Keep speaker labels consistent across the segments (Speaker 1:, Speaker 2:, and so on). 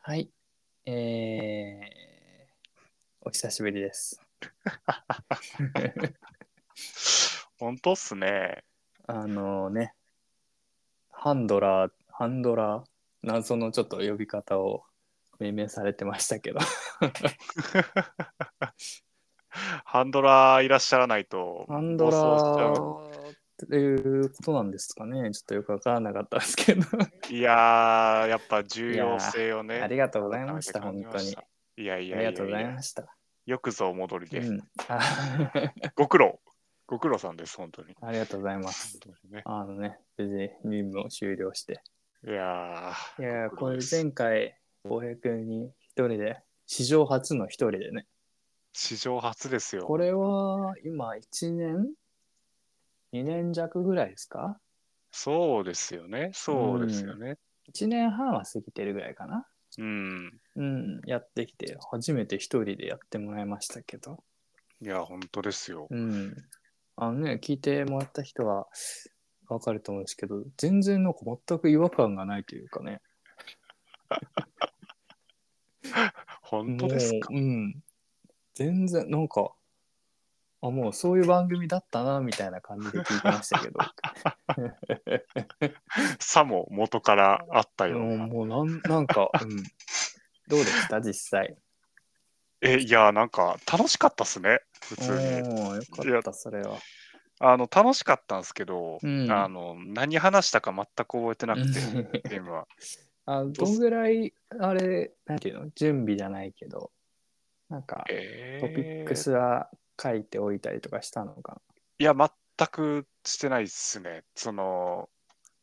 Speaker 1: はい。えー、お久しぶりです。
Speaker 2: 本当っすね。
Speaker 1: あのね、ハンドラー、ハンドラー、謎のちょっと呼び方を命名されてましたけ ど、
Speaker 2: ハンドラーいらっしゃらないと、
Speaker 1: ハンドラーっていうことなんですかね、ちょっとよくわからなかったですけど、
Speaker 2: いやー、やっぱ重要性をね。
Speaker 1: ありがとうございました、
Speaker 2: 改
Speaker 1: 本
Speaker 2: めて
Speaker 1: 当
Speaker 2: 感じ
Speaker 1: に。
Speaker 2: ました。いやい
Speaker 1: あり
Speaker 2: やいや
Speaker 1: が
Speaker 2: い
Speaker 1: とうござい
Speaker 2: や
Speaker 1: ました。
Speaker 2: よくぞお戻り
Speaker 1: う
Speaker 2: で、
Speaker 1: ん、あ
Speaker 2: ご苦労。ご苦労さんです、本当に。
Speaker 1: ありがとうございます。
Speaker 2: 本当にね、
Speaker 1: あのね、無事任務を終了して、
Speaker 2: いや
Speaker 1: い
Speaker 2: ー
Speaker 1: やー、こ
Speaker 2: ご苦労
Speaker 1: れ
Speaker 2: です
Speaker 1: 前回、浩平君に一人で、史上初の一人でね、
Speaker 2: 史上初ですよ。
Speaker 1: これは今1年 ?2 年弱ぐらいですか
Speaker 2: そうですよね。そうですよね。
Speaker 1: ?1 年半は過ぎてるぐらいかな
Speaker 2: うん。
Speaker 1: うん、やってきて、初めて一人でやってもらいましたけど、
Speaker 2: いや、本当ですよ。
Speaker 1: うん。あのね、聞いてもらった人はわかると思うんですけど、全然なんか全く違和感がないというかね、
Speaker 2: 本当ですか。
Speaker 1: もううん。全然、なんか、あ、もうそういう番組だったな、みたいな感じで聞いてましたけど。
Speaker 2: さも元からあったよう
Speaker 1: もう
Speaker 2: な。
Speaker 1: もうなんなんか、うん、どうでした実際。
Speaker 2: え、いや、なんか楽しかったっすね。普
Speaker 1: おお
Speaker 2: 通に。
Speaker 1: よかった、それは。
Speaker 2: あの楽しかったんですけど、
Speaker 1: うん
Speaker 2: あの何話したか全く覚えてなくて、
Speaker 1: うん
Speaker 2: ゲームは。
Speaker 1: あどんぐらい、あれ、なんていうの準備じゃないけど、なんか、
Speaker 2: え
Speaker 1: トピックスは書いておいたりとかしたのか
Speaker 2: いや、全くしてないっすね。その、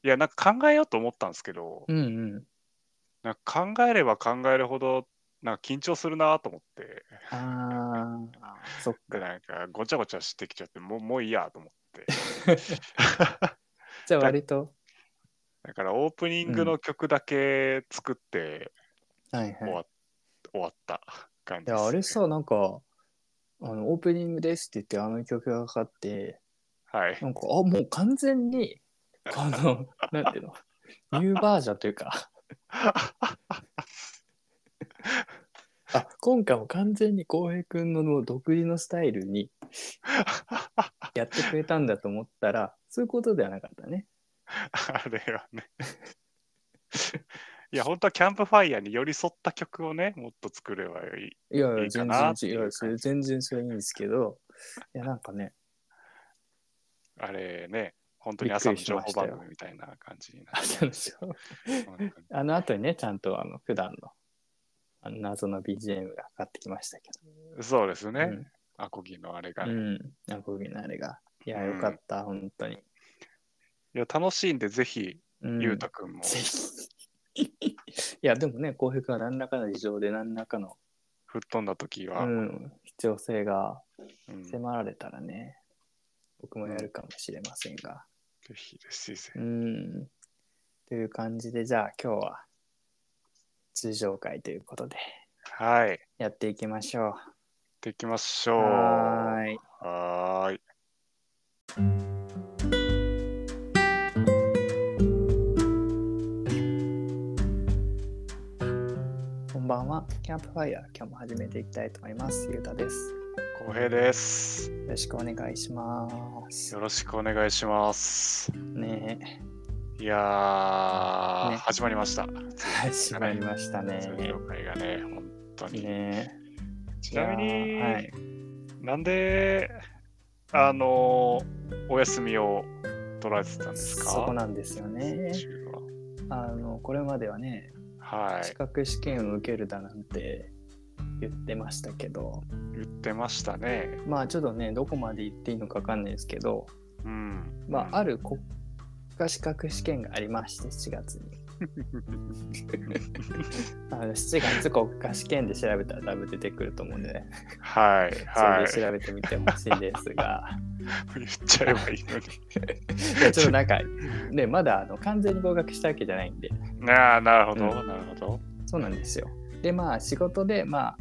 Speaker 2: いや、なんか考えようと思ったんですけど、
Speaker 1: な。うんうん。
Speaker 2: なんか考えれば考えるほど、なんか緊張するなと思って、
Speaker 1: ああ、そっ
Speaker 2: で、
Speaker 1: か。
Speaker 2: なんかごちゃごちゃしてきちゃって、もうもういいやと思 って。
Speaker 1: じゃあ、割と。
Speaker 2: だからオープニングの曲だけ作って
Speaker 1: はい
Speaker 2: 終わ,、
Speaker 1: はい。
Speaker 2: 終わった感じ
Speaker 1: い
Speaker 2: です、
Speaker 1: や、あれさ、なんか、あのオープニングですって言って、あの曲がかかって、
Speaker 2: はい。
Speaker 1: なんか、あ、もう完全に、この、 なんていうの、ニューバージョンという か、あ、今回も完全に浩平くんのもう独自のスタイルにやってくれたんだと思ったら、そういうことではなかったね。
Speaker 2: あれはね。いや、本当はキャンプファイヤーに寄り添った曲をね、もっと作ればいい。
Speaker 1: いやい
Speaker 2: い
Speaker 1: や、
Speaker 2: いか
Speaker 1: 全然
Speaker 2: なっ、
Speaker 1: い
Speaker 2: ていう
Speaker 1: や、それ全然それいいんですけど、いや、なんかね、
Speaker 2: あれね、本当に朝の情報番組みたいな感じにな
Speaker 1: あそうですよ
Speaker 2: る。
Speaker 1: あの後にね、ちゃんとあの、普段の、あの謎の BGM がかかってきましたけ
Speaker 2: そうです
Speaker 1: ど。
Speaker 2: ね、アコギのあれが、
Speaker 1: う
Speaker 2: ねい
Speaker 1: ん。うん。アコギのあれが。いや、
Speaker 2: うん
Speaker 1: よかった、本当に。
Speaker 2: や、楽しいんで、ぜひ、
Speaker 1: うん
Speaker 2: ゆうたくんも。
Speaker 1: ぜひ。 いや、でもね、浩平君は何らかの事情で何らかの、
Speaker 2: 吹っ飛んだ時
Speaker 1: う
Speaker 2: は、
Speaker 1: ん、必要性が
Speaker 2: うんぜ
Speaker 1: 迫られたらね、僕もやるかもしれませんが。
Speaker 2: ひですぜひぜひ
Speaker 1: うん。という感じで、じゃあ今日は通常会ということで、
Speaker 2: はい。やっ
Speaker 1: やっていきましょ
Speaker 2: ていきましょ
Speaker 1: う。
Speaker 2: う。
Speaker 1: はーい。
Speaker 2: はーい。
Speaker 1: こんばんは。キャンプファイヤー、今日も始めていきたいと思います。ゆうたです。よ
Speaker 2: 浩平です。
Speaker 1: ろしくお願いします
Speaker 2: よ。ろしくお願いします。
Speaker 1: ねえ、
Speaker 2: いやー、
Speaker 1: ね
Speaker 2: 始まりました。
Speaker 1: 始まりましたね。
Speaker 2: 通常会がね、本当に。
Speaker 1: ね
Speaker 2: ちなみ
Speaker 1: い
Speaker 2: に、
Speaker 1: やーはい
Speaker 2: なんで、あのーお休みを取られてたん
Speaker 1: え、
Speaker 2: ですか
Speaker 1: そこなんですよね。
Speaker 2: 先週は
Speaker 1: あのこれまではね、
Speaker 2: はい
Speaker 1: 資、格試験を受けるだなんて言ってましたけど、
Speaker 2: 言ってましたね。
Speaker 1: まあちょっとね、どこまで言っていいのか分かんないですけど、
Speaker 2: うん。
Speaker 1: まあ、あ
Speaker 2: る。
Speaker 1: る国家資格試験がありまして、7月に。 あの7月国家試験で調べたら多分出てくると思うんで、ね、
Speaker 2: はい、
Speaker 1: それ
Speaker 2: は
Speaker 1: で調べてみてほしいです が、
Speaker 2: い。言っちゃえばいいの
Speaker 1: いやちょっとなんか、ね、まだあの完全に合格したわけじゃないんで、
Speaker 2: に。ああ、なるほど、
Speaker 1: う
Speaker 2: なるほど。
Speaker 1: そうなんですよ。で、まあ、仕事で、まあ、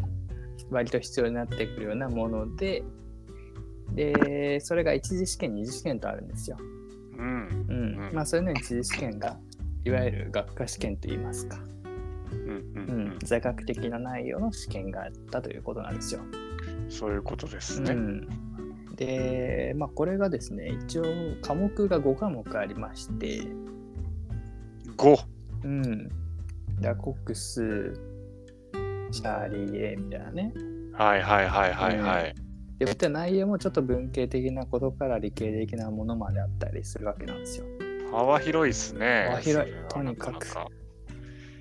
Speaker 1: 割と必要になってくるようなもので、で、それが一次試験、二次試験とあるんですよ。
Speaker 2: うん。
Speaker 1: うん。
Speaker 2: うん
Speaker 1: まあ、そういうの一次試験が、いわゆる学科試験といいますか。
Speaker 2: うん
Speaker 1: う
Speaker 2: う
Speaker 1: ん、
Speaker 2: ん
Speaker 1: 座学的な内容の試験があったということなんですよ。
Speaker 2: うんそういうことです
Speaker 1: う
Speaker 2: ね。
Speaker 1: ん、で、まあ、これがですね一応科目が5科目ありまして、
Speaker 2: 五
Speaker 1: うん、ダコックスシャーリー・エーみたいなね
Speaker 2: はいはいはいはいはい。
Speaker 1: でこういった内容もちょっと文系的なことから理系的なものまであったりするわけなんですよ。
Speaker 2: 幅広いですね。
Speaker 1: 幅広い
Speaker 2: それは
Speaker 1: とにかく
Speaker 2: なな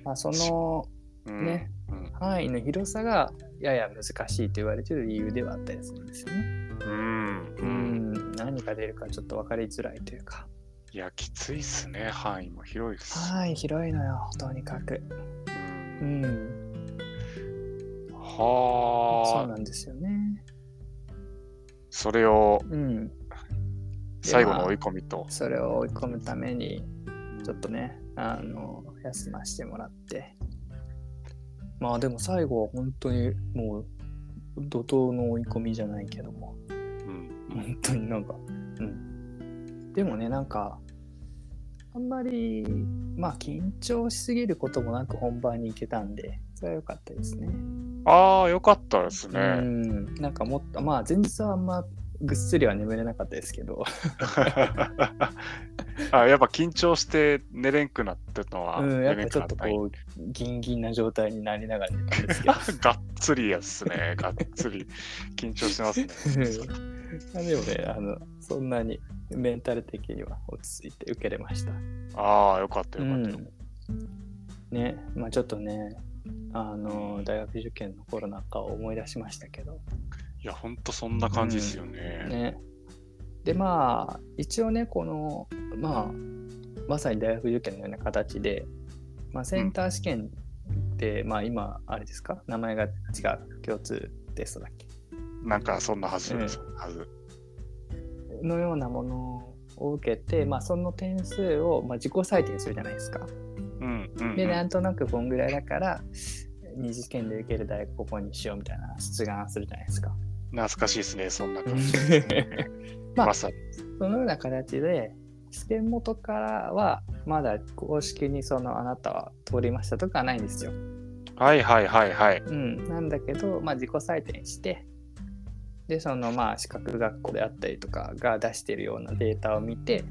Speaker 1: まあ、その
Speaker 2: うん
Speaker 1: ね
Speaker 2: うん
Speaker 1: 範囲の広さがやや難しいと言われている理由ではあったりするんですよね。
Speaker 2: うん
Speaker 1: う
Speaker 2: うん。
Speaker 1: ん、何が出るかちょっと分かりづらいというか。
Speaker 2: いや、きついっすね。範囲も広いっす。
Speaker 1: はい、広いのよ、とにかく。
Speaker 2: うん
Speaker 1: うん、そう
Speaker 2: はあ、
Speaker 1: なんですよね。
Speaker 2: それを
Speaker 1: うん、
Speaker 2: 最後の追い込みと。
Speaker 1: それを追い込むために、ちょっとね、あの、休ませてもらって。まあでも最後は本当にもう、怒涛の追い込みじゃないけども、
Speaker 2: うんうん
Speaker 1: 本当になんか、うん。でもね、なんか、あんまり、まあ緊張しすぎることもなく本番に行けたんで、それは良かったですね。
Speaker 2: ああ、よかったです
Speaker 1: う
Speaker 2: ね。
Speaker 1: ん。なんかもっと、まあ前日はあんまぐっすりは眠れなかったですけど、
Speaker 2: あやっぱ緊張して寝れんくなってのは、
Speaker 1: うん、やっぱちょっと
Speaker 2: 寝れんくな
Speaker 1: こうギンギンな状態になりながら寝たんですけど
Speaker 2: たがっつりやっすね。がっつり緊張してますね。
Speaker 1: まあでもねあのそんなにメンタル的には落ち着いて受けれました、
Speaker 2: ああ、よかった
Speaker 1: う
Speaker 2: よかった。
Speaker 1: ん、ねまあちょっとねあの大学受験の頃なんかを思い出しましたけど
Speaker 2: いや、ほんとそんな感じですよね。
Speaker 1: ねでまあ一応ねこのまあまさに大学受験のような形で、まあ、センター試験って、まあ今あれですか名前が違う共通テストだっけ
Speaker 2: なんかそんなはず、
Speaker 1: うん
Speaker 2: そんなはず。
Speaker 1: のようなものを受けて、まあ、その点数を、まあ、自己採点するじゃないですか。
Speaker 2: うんうん、
Speaker 1: で
Speaker 2: う。
Speaker 1: なんんとなくこんぐらいだから二次試験で受ける大学ここにしようみたいな出願するじゃないです か。
Speaker 2: 懐かしいですね、そんな感じですね。
Speaker 1: まあ
Speaker 2: まさに。
Speaker 1: そのような形で試験元からはまだ公式にそのあなたは通りましたとかはないんですよ。
Speaker 2: はいはいはいはい。
Speaker 1: うん、なんだけど、まあ、自己採点してでそのまあ資格学校であったりとかが出しているようなデータを見て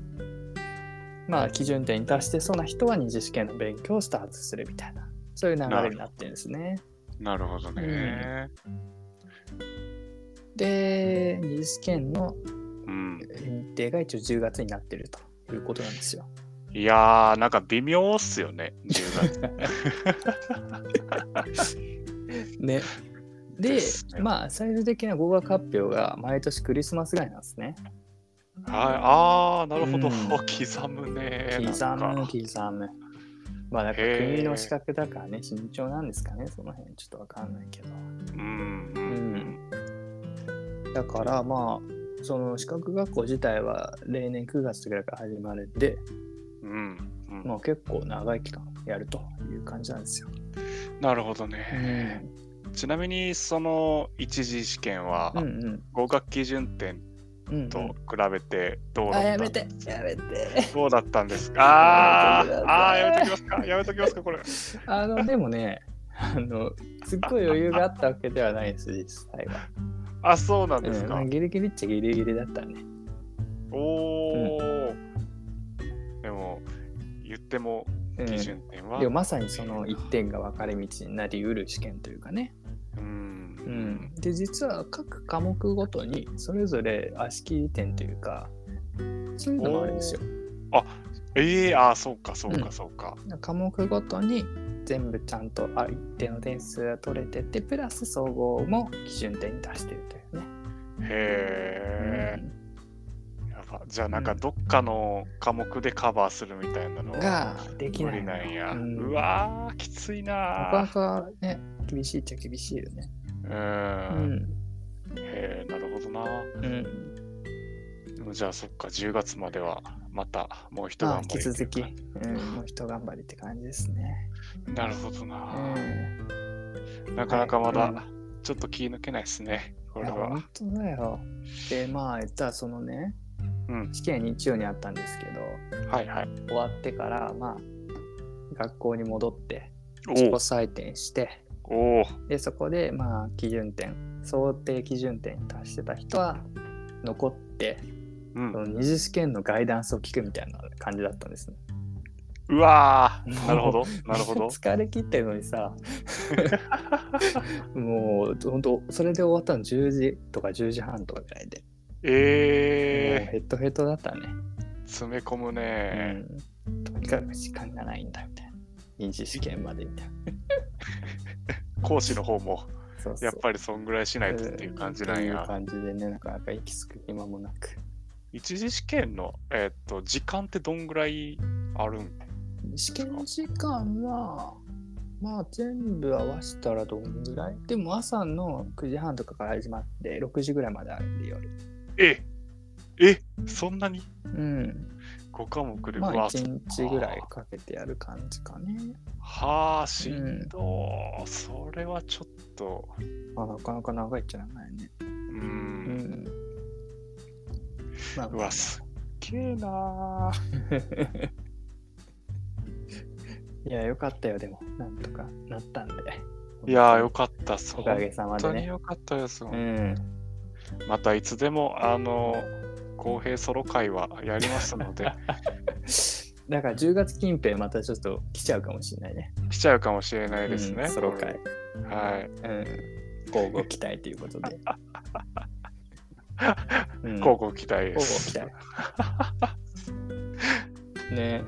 Speaker 1: まあ基準点に達してそうな人は二次試験の勉強をスタートするみたいなそういう流れになってるんですね。
Speaker 2: なるほどね。
Speaker 1: で二次試験の
Speaker 2: うん。
Speaker 1: 日程が一応10月になってるということなんですよ。
Speaker 2: いやー、なんか微妙っすよね、10月。
Speaker 1: ね、 で
Speaker 2: ですね
Speaker 1: まあ最終的な合格発表が毎年クリスマスぐらいなんですね。
Speaker 2: はい、ああ、なるほど。
Speaker 1: うん
Speaker 2: 刻むね。
Speaker 1: 刻
Speaker 2: なん
Speaker 1: む
Speaker 2: か
Speaker 1: 刻むまあだから
Speaker 2: へー
Speaker 1: 国の資格だからね慎重なんですかねその辺ちょっとわかんないけど
Speaker 2: うんう
Speaker 1: うんだからまあその資格学校自体は例年9月ぐらいから始まるんで、
Speaker 2: うんうんうん
Speaker 1: まあ、結構長い期間やるという感じなんですよ、
Speaker 2: なるほどね。ちなみに、その一次試験は
Speaker 1: う、んうん
Speaker 2: 合格基準点
Speaker 1: うんうん
Speaker 2: と比べてどう
Speaker 1: あ
Speaker 2: だ
Speaker 1: や
Speaker 2: った
Speaker 1: めてやめて
Speaker 2: どうだったんですか あ
Speaker 1: やめてくだ
Speaker 2: ー
Speaker 1: さ
Speaker 2: あー、
Speaker 1: い
Speaker 2: やめときますかやめときますかこれ。
Speaker 1: あのでもねあのすっごい余裕があったわけではないです実際は、
Speaker 2: あ、そうなん
Speaker 1: う
Speaker 2: です
Speaker 1: んま
Speaker 2: か
Speaker 1: あ、。ギリギリっちゃギリギリだったね
Speaker 2: おお。でも、言っても
Speaker 1: うん
Speaker 2: 基準点は。
Speaker 1: でもまさにその一点が分かれ道になりうる試験というかね。
Speaker 2: うん
Speaker 1: う。ん、で実は各科目ごとにそれぞれ足切り点というかそういうのもあるんですよ。
Speaker 2: ええー、ああ、そうか、そう
Speaker 1: う
Speaker 2: か、
Speaker 1: ん
Speaker 2: そうか。
Speaker 1: 科目ごとに全部ちゃんとあ一定の点数が取れててプラス総合も基準点に出してるというね。
Speaker 2: へえ、やば。じゃあ、なんか、どっかの科目でカバーするみたいなの
Speaker 1: うん、
Speaker 2: は
Speaker 1: ができ
Speaker 2: 無
Speaker 1: ない
Speaker 2: 理なんや。
Speaker 1: う
Speaker 2: うんわー、きつい
Speaker 1: なかな
Speaker 2: なー。
Speaker 1: かね厳しいっちゃ厳しいよね。う
Speaker 2: うん。
Speaker 1: ん
Speaker 2: へえ、なるほどな。
Speaker 1: うん、
Speaker 2: でもじゃあ、そっか、10月までは、また、もう一
Speaker 1: まあ
Speaker 2: 頑
Speaker 1: 引
Speaker 2: 張
Speaker 1: き
Speaker 2: り
Speaker 1: 続き、
Speaker 2: と
Speaker 1: う
Speaker 2: い
Speaker 1: ん、もう一頑張りって感じですね。
Speaker 2: うかなるほどな
Speaker 1: う。ん
Speaker 2: なかなかま
Speaker 1: は
Speaker 2: だ
Speaker 1: い、
Speaker 2: ちょっと気抜けないですね。こ
Speaker 1: い
Speaker 2: れ
Speaker 1: や
Speaker 2: は。
Speaker 1: 本当だよ。でまあ言ったらそのね、
Speaker 2: うん
Speaker 1: 試験日曜にあったんですけど
Speaker 2: はいはい。
Speaker 1: 終わってからまあ学校に戻って自己採点して
Speaker 2: おおお
Speaker 1: でそこでまあ基準点想定基準点に達してた人は残って
Speaker 2: うん
Speaker 1: その二次試験のガイダンスを聞くみたいな感じだったんですね。
Speaker 2: うわーなる ほどなるほど
Speaker 1: 疲れ切ってるのに さもう本当それで終わったの10時とか10時半とかぐらいで、もう
Speaker 2: え
Speaker 1: ヘッドヘッドだったね、
Speaker 2: ー、詰め込むね、
Speaker 1: うん、とにかく時間がないんだみたいな二次試験までみたいな
Speaker 2: 講師の方も
Speaker 1: そうそう
Speaker 2: やっぱりそんぐらいしないとっていう感じなん
Speaker 1: っていう
Speaker 2: や
Speaker 1: 感じでねなかなか息つく暇もなく
Speaker 2: 一次試験の、えーっと時間ってどんぐらいあるん
Speaker 1: 試験時間はまあ全部合わせたらどんぐらいでも朝の9時半とかから始まって6時ぐらいまであるんで夜
Speaker 2: ええそんなに
Speaker 1: うん
Speaker 2: 5科目で、
Speaker 1: ま
Speaker 2: うわ
Speaker 1: あ1日ぐらいかけてやる感じかね。
Speaker 2: はあしんどー、それはちょっと
Speaker 1: まあ、なかなか長いっちゃ長いね。
Speaker 2: う
Speaker 1: うんん。まあ、
Speaker 2: うわすっげえなー
Speaker 1: いや、よかったよ、でも、なんとかなったんで。
Speaker 2: いやーよ
Speaker 1: か
Speaker 2: かったそ
Speaker 1: お
Speaker 2: う
Speaker 1: か
Speaker 2: 本
Speaker 1: げさまで
Speaker 2: 当に
Speaker 1: ね。
Speaker 2: よかったです、
Speaker 1: うん。
Speaker 2: またいつでもあの公平ソロ会はやりますの で
Speaker 1: だから10月近辺またちょっと来ちゃうかもしれないね。
Speaker 2: 来ちゃうかもしれないですね、
Speaker 1: うんソロ会。
Speaker 2: はい
Speaker 1: うん。交互期待ということ で。うん
Speaker 2: 交互期待で
Speaker 1: 交
Speaker 2: す、
Speaker 1: 互期 待。ね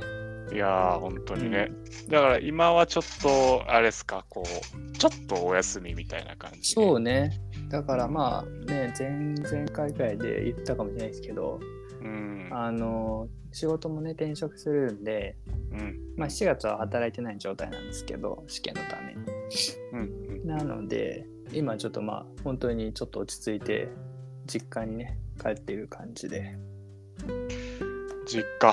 Speaker 2: いやー本当にね、だから今はちょっとあれですかこうちょっとお休みみたいな感じ
Speaker 1: そう
Speaker 2: ね、
Speaker 1: ね。だからまあね、前々回ぐらいで言ったかもしれないですけど、
Speaker 2: うん
Speaker 1: あの、仕事もね、転職するんで、
Speaker 2: うん
Speaker 1: まあ7月は働いてない状態なんですけど、試験のために。
Speaker 2: うんうん
Speaker 1: なので、今ちょっとまあ、本当にちょっと落ち着いて、実家にね、帰っている感じで、
Speaker 2: 実家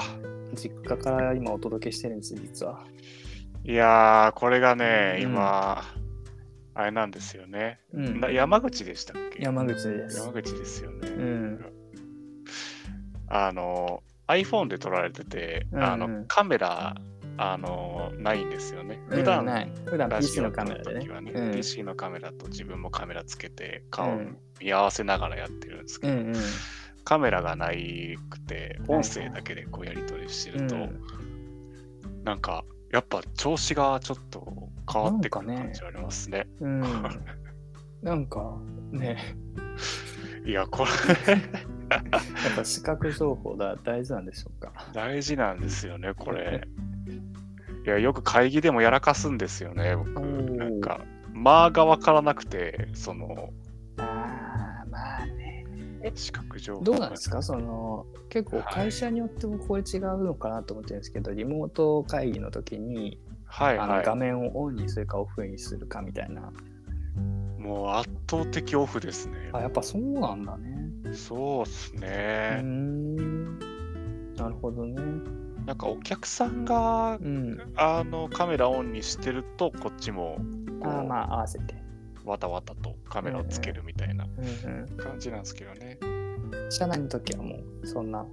Speaker 1: 実家から今お届けしてるんです、実は。
Speaker 2: いやーこれがね
Speaker 1: うん
Speaker 2: 今、あれなんですよね
Speaker 1: うん
Speaker 2: な。山口でしたっけ
Speaker 1: 山口です
Speaker 2: 山。口ですよね、
Speaker 1: うん。
Speaker 2: あの iPhone で撮られてて、
Speaker 1: うんうん
Speaker 2: あのカメラあのないんですよね普
Speaker 1: うん
Speaker 2: 段、
Speaker 1: ない。普段
Speaker 2: ラジ
Speaker 1: PC
Speaker 2: オ
Speaker 1: の
Speaker 2: を撮
Speaker 1: カメ
Speaker 2: る
Speaker 1: ラで
Speaker 2: 時はね
Speaker 1: ね。うん
Speaker 2: PC のカメラと自分もカメラつけて顔を
Speaker 1: うん
Speaker 2: 見合わせながらやってるんですけ
Speaker 1: う
Speaker 2: ど、
Speaker 1: ん
Speaker 2: カメラがないくて
Speaker 1: はい
Speaker 2: 音声だけでこうやり取りして
Speaker 1: うん。
Speaker 2: ると、なんかやっぱ調子がちょっと変わってくる
Speaker 1: なんかね
Speaker 2: 感じはありますね。
Speaker 1: うん。なんかね、
Speaker 2: いやこれ
Speaker 1: やっぱ視覚情報だ大事なんでしょうか。
Speaker 2: 大事なんですよね これ。いやよく会議でもやらかすんですよね僕
Speaker 1: おー
Speaker 2: なんか間が分からなくてその
Speaker 1: ああ、まあね。
Speaker 2: 視覚情報
Speaker 1: どう
Speaker 2: が
Speaker 1: なんですかその結構会社によってもこれ違うのかなと思ってるんですけど、リモート会議の時に、
Speaker 2: はい
Speaker 1: あの
Speaker 2: は
Speaker 1: 画面をオンにするかオフにするかみたいな。
Speaker 2: いもう圧倒的オフですね
Speaker 1: あやっぱそうなんだね。
Speaker 2: そうです
Speaker 1: うー
Speaker 2: ね、
Speaker 1: ん。なるほどね。
Speaker 2: なんかお客さんが
Speaker 1: うん。
Speaker 2: あのカメラオンにしてるとこっちも
Speaker 1: あーまあ合わせて。
Speaker 2: わたわたとカメラをつけるみたいな
Speaker 1: うんうん
Speaker 2: 感じなんですけどね
Speaker 1: 社内の時はもうそんな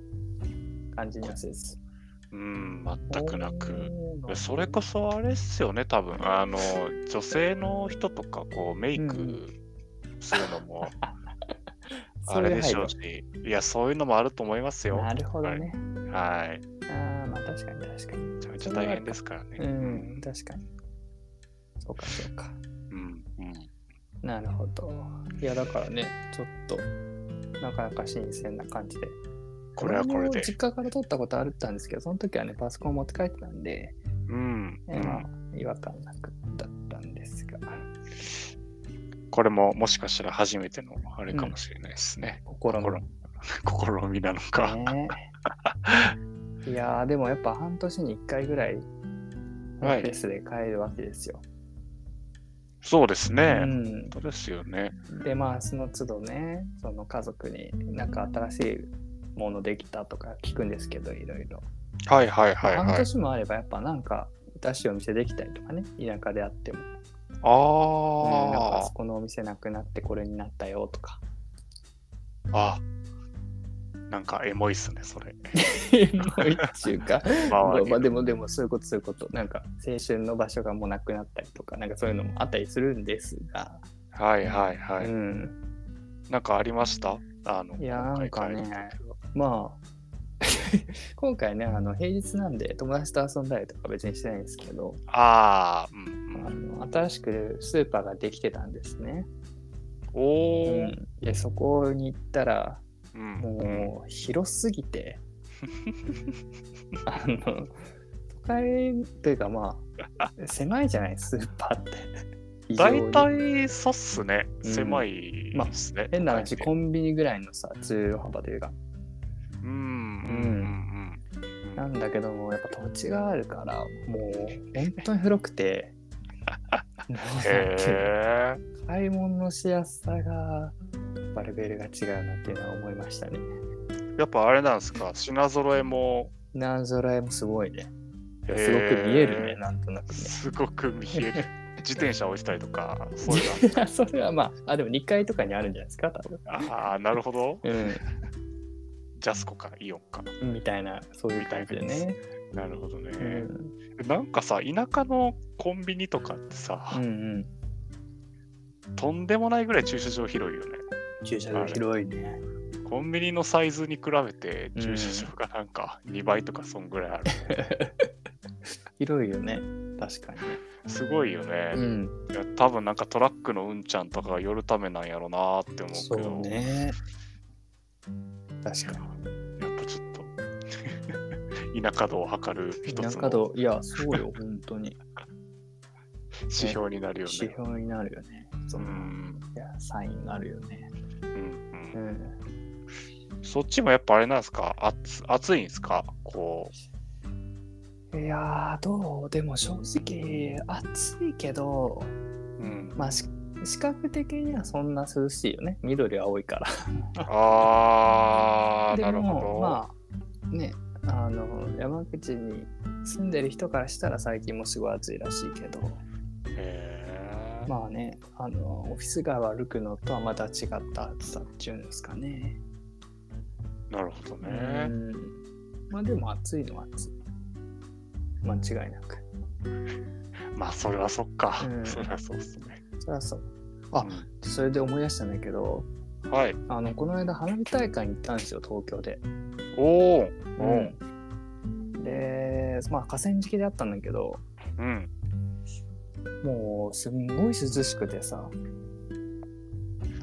Speaker 1: 感じにはせず。
Speaker 2: うん全くなく
Speaker 1: おー。
Speaker 2: それこそあれっすよね、多分あの女性の人とかこうメイ
Speaker 1: うんう
Speaker 2: クするのもあ
Speaker 1: そ
Speaker 2: れ
Speaker 1: い
Speaker 2: でしょ
Speaker 1: 配
Speaker 2: うし、いや、そういうのもあると思います
Speaker 1: 慮
Speaker 2: よ。
Speaker 1: な
Speaker 2: は
Speaker 1: るほどね。
Speaker 2: い。め
Speaker 1: ああ、まあ確かに確かに。
Speaker 2: ちゃめちゃ大変ですからね。
Speaker 1: うん、確かに。そうかそうか。
Speaker 2: うんうん
Speaker 1: なるほど。いやだからね、ちょっと、なかなか新鮮な感じで。
Speaker 2: これはこれ
Speaker 1: 僕
Speaker 2: で
Speaker 1: も。実家から撮ったことあったんですけど、その時はね、パソコン持って帰ってたんで、
Speaker 2: うん、
Speaker 1: えーまあ、違和感なくだったんですが、
Speaker 2: これももしかしたら初めてのあれかもしれないですね。
Speaker 1: 心も。
Speaker 2: 試みなのか。
Speaker 1: ね。いやー、でもやっぱ半年に1回ぐらい、
Speaker 2: は
Speaker 1: ペー
Speaker 2: い。
Speaker 1: スで帰るわけですよ。
Speaker 2: そうですね。
Speaker 1: うん
Speaker 2: 本当ですよね。
Speaker 1: でまあその都度ねその家族になんか新しいものできたとか聞くんですけどいろいろ、
Speaker 2: はいはいはい
Speaker 1: 半
Speaker 2: はい。
Speaker 1: 年もあればやっぱなんか出しいお店できたりとかね田舎であっても、うんなんかあ
Speaker 2: あ
Speaker 1: そ このお店なくなってこれになったよとか
Speaker 2: あ。あ、なんかエモいっすね、それ。
Speaker 1: っていう か、 まあ
Speaker 2: 周り
Speaker 1: まあでもでもそういうことそういうことなんか青春の場所がもうなくなったりとかなんかそういうのもあったりするんですが、
Speaker 2: はいはいはい、
Speaker 1: うん、
Speaker 2: なんかありましたあの、
Speaker 1: いや
Speaker 2: 今回
Speaker 1: なんかね
Speaker 2: 帰った時は
Speaker 1: まあ 今回ねあの平日なんで友達と遊んだりとか別にしてないんですけど
Speaker 2: ああ、う
Speaker 1: あ
Speaker 2: んうん。
Speaker 1: の新しくスーパーができてたんですね、
Speaker 2: お
Speaker 1: う
Speaker 2: お、
Speaker 1: ん、でそこに行ったら
Speaker 2: うん
Speaker 1: もう広すぎてあの都会というかまあ狭いじゃないスーパーって異常に
Speaker 2: 大体そうっすね。
Speaker 1: うん
Speaker 2: 狭いですね。
Speaker 1: 変な話コ
Speaker 2: ん。
Speaker 1: ンビニぐらいのさ通路幅というか
Speaker 2: うんうんうんう。
Speaker 1: なんんだけどもやっぱ土地があるからもう本当に古くてもうなんていう
Speaker 2: へえ。
Speaker 1: の買い物のしやすさがやっぱレベルが違うなっていうのは思いましたね
Speaker 2: やっぱあれなんですか、品揃えも
Speaker 1: なんぞらえもすごいねす
Speaker 2: へ
Speaker 1: ごく
Speaker 2: ー
Speaker 1: 見えるねなんとなくね
Speaker 2: すごく見える。 自転車置いてたりとか、そういう
Speaker 1: いや それはまああでも2階とかにあるんじゃないですか多分
Speaker 2: の。ああ、なるほど。
Speaker 1: う
Speaker 2: ジャスコか、イオンか。
Speaker 1: んみたいなそういう感じでね
Speaker 2: なるほどね。
Speaker 1: うん
Speaker 2: なんかさ、田舎のコンビニとかってさ、
Speaker 1: うん
Speaker 2: とんでもないぐらい駐車場広いよね。
Speaker 1: うん駐車場広いね
Speaker 2: コンビニのサイズに比べて駐車場がなんか2倍とかそんぐらいある。
Speaker 1: 広いよね確か
Speaker 2: すごいよね、
Speaker 1: にうん
Speaker 2: いや多分なんかトラックのうんちゃんとかが寄るためなんやろなーって思うけど。
Speaker 1: ね。確か
Speaker 2: やっぱちょっと 田舎度を測る
Speaker 1: に。
Speaker 2: 一
Speaker 1: 田
Speaker 2: つ
Speaker 1: 舎
Speaker 2: の
Speaker 1: 道、いや、そう よ、本当に。
Speaker 2: 指標になるよ
Speaker 1: 指
Speaker 2: ね。
Speaker 1: 標になるよね。
Speaker 2: う
Speaker 1: その
Speaker 2: ん
Speaker 1: いや、サインがあるよね。
Speaker 2: うん
Speaker 1: う
Speaker 2: うん
Speaker 1: ん。
Speaker 2: そっちもやっぱあれなんですか暑暑いんですかこ
Speaker 1: いやー、どうでも正直、暑いけど、
Speaker 2: う。うん、
Speaker 1: まあ、し視覚的にはそんな涼しいよね。緑は多いから。
Speaker 2: あー、
Speaker 1: で
Speaker 2: なるほ
Speaker 1: も、
Speaker 2: ど。
Speaker 1: まあ、ね、あの、山口に住んでる人からしたら最近もすごい暑いらしいけど、
Speaker 2: へー
Speaker 1: まあね、あの、オフィス街を歩くのとはまた違った暑さっていうんですかね。
Speaker 2: なるほどね。
Speaker 1: うんまあでも暑いのは暑い。間違いなく。
Speaker 2: まあそれはそっか、
Speaker 1: うん
Speaker 2: それはそうっすね。
Speaker 1: そりゃそう。あそれで思い出したんだけど、
Speaker 2: うんはい。
Speaker 1: あのこの間花火大会に行ったんですよ、東京で。
Speaker 2: おお。うん。
Speaker 1: で、まあ河川敷であったんだけど、
Speaker 2: うん。
Speaker 1: もうすんごい涼しくてさ、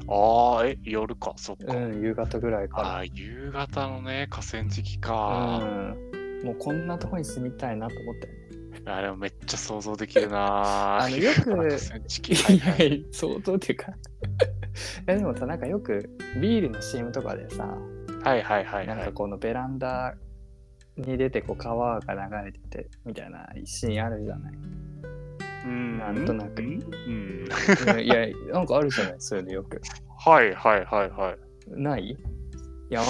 Speaker 2: ああ、え、夜か、そっか。
Speaker 1: うん、夕方ぐらい
Speaker 2: あ
Speaker 1: か
Speaker 2: あ、夕方のね、河川敷
Speaker 1: ら。う
Speaker 2: か。
Speaker 1: ん、もうこんなとこに住みたいなと思ったよね。
Speaker 2: あれもめっちゃ想像できるなー。
Speaker 1: あのよく
Speaker 2: 夕方の河川敷。はい
Speaker 1: い
Speaker 2: は
Speaker 1: や
Speaker 2: い。
Speaker 1: いや、相当っていうか。い やでもさ、なんかよくビールの CM とかでさ、
Speaker 2: はいはいはい
Speaker 1: なん
Speaker 2: は
Speaker 1: か
Speaker 2: い。
Speaker 1: このベランダに出てこう川が流れててみたいなシーンあるじゃない。
Speaker 2: うん
Speaker 1: なんとなく
Speaker 2: うんうん。
Speaker 1: うんいや、なんかあるじゃない、そういうのよく。
Speaker 2: はいはいはいはい。
Speaker 1: ないいや、あん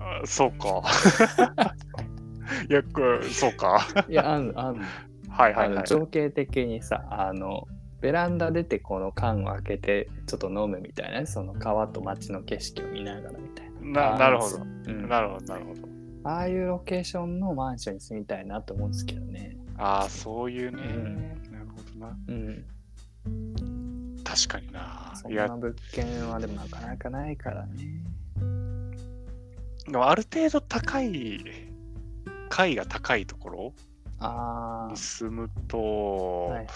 Speaker 2: あーそうか。 いや、これそうか。
Speaker 1: のよ。いや、あんの、あんの。
Speaker 2: はいは
Speaker 1: あ
Speaker 2: いは
Speaker 1: の
Speaker 2: い。
Speaker 1: 情景的にさ、あの、ベランダ出てこの缶を開けてちょっと飲むみたいなね、その川と街の景色を見ながらみたいな。
Speaker 2: ななるほど。
Speaker 1: うん、
Speaker 2: なるほど、なるほど。
Speaker 1: ああいうロケーションのマンションに住みたいなと思うんですけどね。
Speaker 2: ああ、そういうね
Speaker 1: う。
Speaker 2: なるほどな。
Speaker 1: うん。
Speaker 2: 確かにな。
Speaker 1: そ
Speaker 2: い
Speaker 1: ん
Speaker 2: や
Speaker 1: な、物件はでもなかなかないからね。
Speaker 2: でもある程度高い階が高いところ
Speaker 1: ああ
Speaker 2: に。住むと、
Speaker 1: はい
Speaker 2: い
Speaker 1: は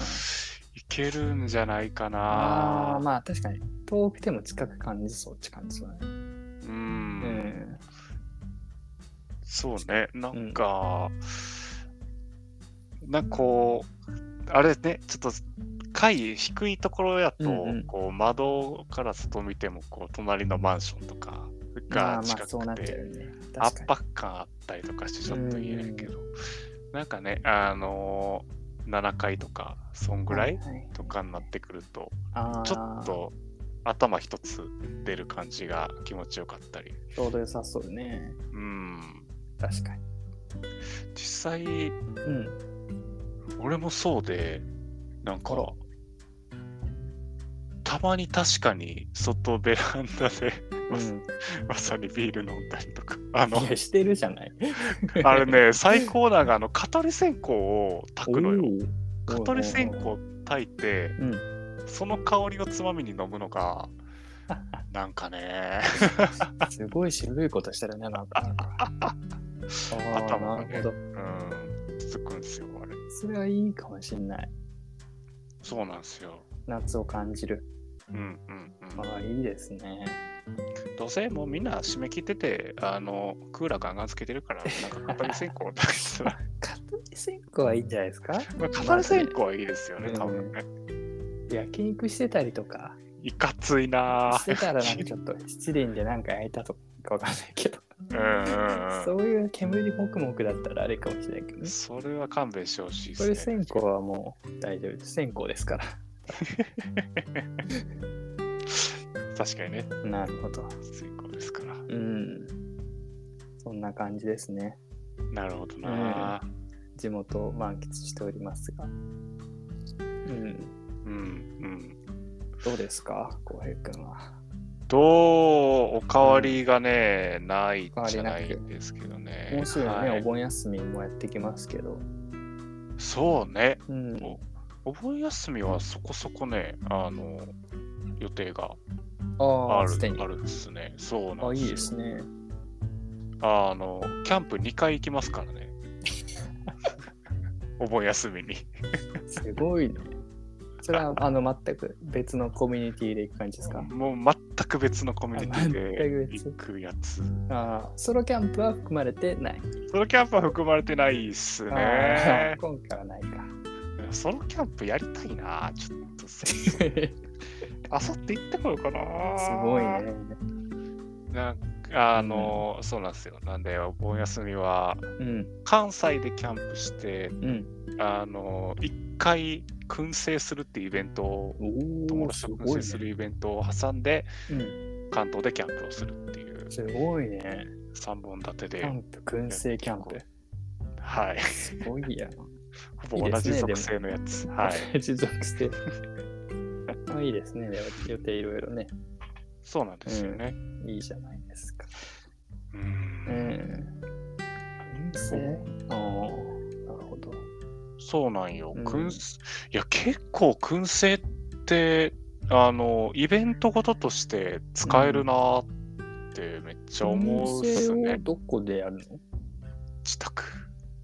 Speaker 1: い
Speaker 2: けるんじゃないか
Speaker 1: あ
Speaker 2: な
Speaker 1: あ。まあ確かに遠くても近く感じそうっち感じそうだね。
Speaker 2: うん、
Speaker 1: うん
Speaker 2: そうね。なんか、なんかこう、あれね、ちょっと階低いところやと、
Speaker 1: うんうん
Speaker 2: こう窓から外見てもこう隣のマンションとか
Speaker 1: まあま
Speaker 2: が
Speaker 1: あ
Speaker 2: 近
Speaker 1: そうな
Speaker 2: く
Speaker 1: っちゃ
Speaker 2: て
Speaker 1: うよね。
Speaker 2: 圧
Speaker 1: 確か
Speaker 2: 迫感あったりとかしてちょっと言えるけど、なんかねあのー7回とかそん
Speaker 1: に
Speaker 2: ぐらい
Speaker 1: はは
Speaker 2: とかになってくると
Speaker 1: あー
Speaker 2: ちょっと頭一つ出る感じが気持ちよかったり
Speaker 1: ちょうど良さそうね。
Speaker 2: うん
Speaker 1: 確かに。
Speaker 2: 実際
Speaker 1: うん。
Speaker 2: 俺もそうでなん
Speaker 1: あら
Speaker 2: かたまに確かに外ベランダで
Speaker 1: う
Speaker 2: まさ
Speaker 1: ん、
Speaker 2: まさにビール飲んだりとかあの
Speaker 1: いやしてるじゃない。
Speaker 2: あれね最高なのがあの語り線香を炊くのよ
Speaker 1: おー
Speaker 2: 語り線香炊いて
Speaker 1: うん。
Speaker 2: その香りをつまみに飲むのがなんかね
Speaker 1: すごい渋いことしてるね、なんか。なんかああ、
Speaker 2: 頭が
Speaker 1: なる
Speaker 2: ね
Speaker 1: ほど。
Speaker 2: うん続くんですよあれ
Speaker 1: それはいいかもしんない。
Speaker 2: そうなんですよ
Speaker 1: 夏を感じる。
Speaker 2: うんうんうん
Speaker 1: ああ、いいですね。
Speaker 2: どうせもうみんな締め切ってて、あの、クーラーガンガンつけてるから、なんか語り線香だけど
Speaker 1: 語り線香はいいんじゃないですか
Speaker 2: まあ語り線香はいいですよ
Speaker 1: う
Speaker 2: ね、
Speaker 1: ん
Speaker 2: 多分ね。
Speaker 1: 焼肉してたりとか
Speaker 2: いかついな
Speaker 1: して
Speaker 2: ぁ。
Speaker 1: たらなんかちょっと七輪でなんか焼いたとかわかんないけど、
Speaker 2: うんうん
Speaker 1: そういう煙もくもくだったらあれかもしれないけど
Speaker 2: うん。
Speaker 1: ね
Speaker 2: それは勘弁してほしいで
Speaker 1: これ
Speaker 2: す
Speaker 1: 線
Speaker 2: ね。
Speaker 1: 香はもう大丈夫です線香ですから
Speaker 2: 確かにね、
Speaker 1: なるほど
Speaker 2: 線香ですから。
Speaker 1: うんそんな感じですね
Speaker 2: なるほどなぁ。
Speaker 1: 地元を満喫しておりますがうん
Speaker 2: うんうん。
Speaker 1: どうですか浩平君は
Speaker 2: どうおかわりがね、ないじゃないですけどね。
Speaker 1: もうすぐね、
Speaker 2: はい
Speaker 1: お盆休みもやってきますけど
Speaker 2: そうね。
Speaker 1: うん
Speaker 2: おお盆休みはそこそこね、あの、予定が
Speaker 1: あ
Speaker 2: あ
Speaker 1: あ
Speaker 2: る
Speaker 1: すでに
Speaker 2: あるですね。そうなんですよ
Speaker 1: あいいですね
Speaker 2: あの、キャンプ2回行きますか らね。お盆休みに。
Speaker 1: すごいね。そ れはあの全く別のコミュニティで行く感じですか
Speaker 2: もう全く別のコミュニティ
Speaker 1: あ全く
Speaker 2: で
Speaker 1: 別
Speaker 2: 行くやつ。
Speaker 1: ああソロキャンプは含まれてない。
Speaker 2: ソロキャンプは含まれてないっす
Speaker 1: ああ
Speaker 2: ね。
Speaker 1: 今回は ないか。
Speaker 2: ソロキャンプやりたいな。ちょっとそれ、あさって行ってこようかな。
Speaker 1: すごい。ね。
Speaker 2: なんか、あの、そうなんですよ。なんで、お盆休みは、
Speaker 1: うん
Speaker 2: 関西でキャンプして、
Speaker 1: うん。
Speaker 2: あの、一回燻製するっていうイベントを、
Speaker 1: お
Speaker 2: 友
Speaker 1: お
Speaker 2: 達
Speaker 1: す
Speaker 2: と燻
Speaker 1: ごい
Speaker 2: 製する
Speaker 1: ね。
Speaker 2: イベントを挟んで、
Speaker 1: うん
Speaker 2: 関東でキャンプをするっていう
Speaker 1: すごいね。
Speaker 2: 3本立て
Speaker 1: キ
Speaker 2: で、
Speaker 1: ャンプ燻製キャンプ。
Speaker 2: はい、
Speaker 1: すごいやな。
Speaker 2: ほぼ同じ
Speaker 1: いいですね
Speaker 2: 属性のやつ。は い、
Speaker 1: 持続して。まあいいですね。予定いろいろね。
Speaker 2: そうなんですよね。
Speaker 1: いいじゃないですか。
Speaker 2: う、
Speaker 1: うんん。燻製ああなるほど。
Speaker 2: そうなんよ。
Speaker 1: うん
Speaker 2: 燻製いや、結構燻製って、あの、イベントごととして使えるなーってめっちゃ思うっす
Speaker 1: 燻製を
Speaker 2: ね。
Speaker 1: どこでやるの
Speaker 2: 自宅。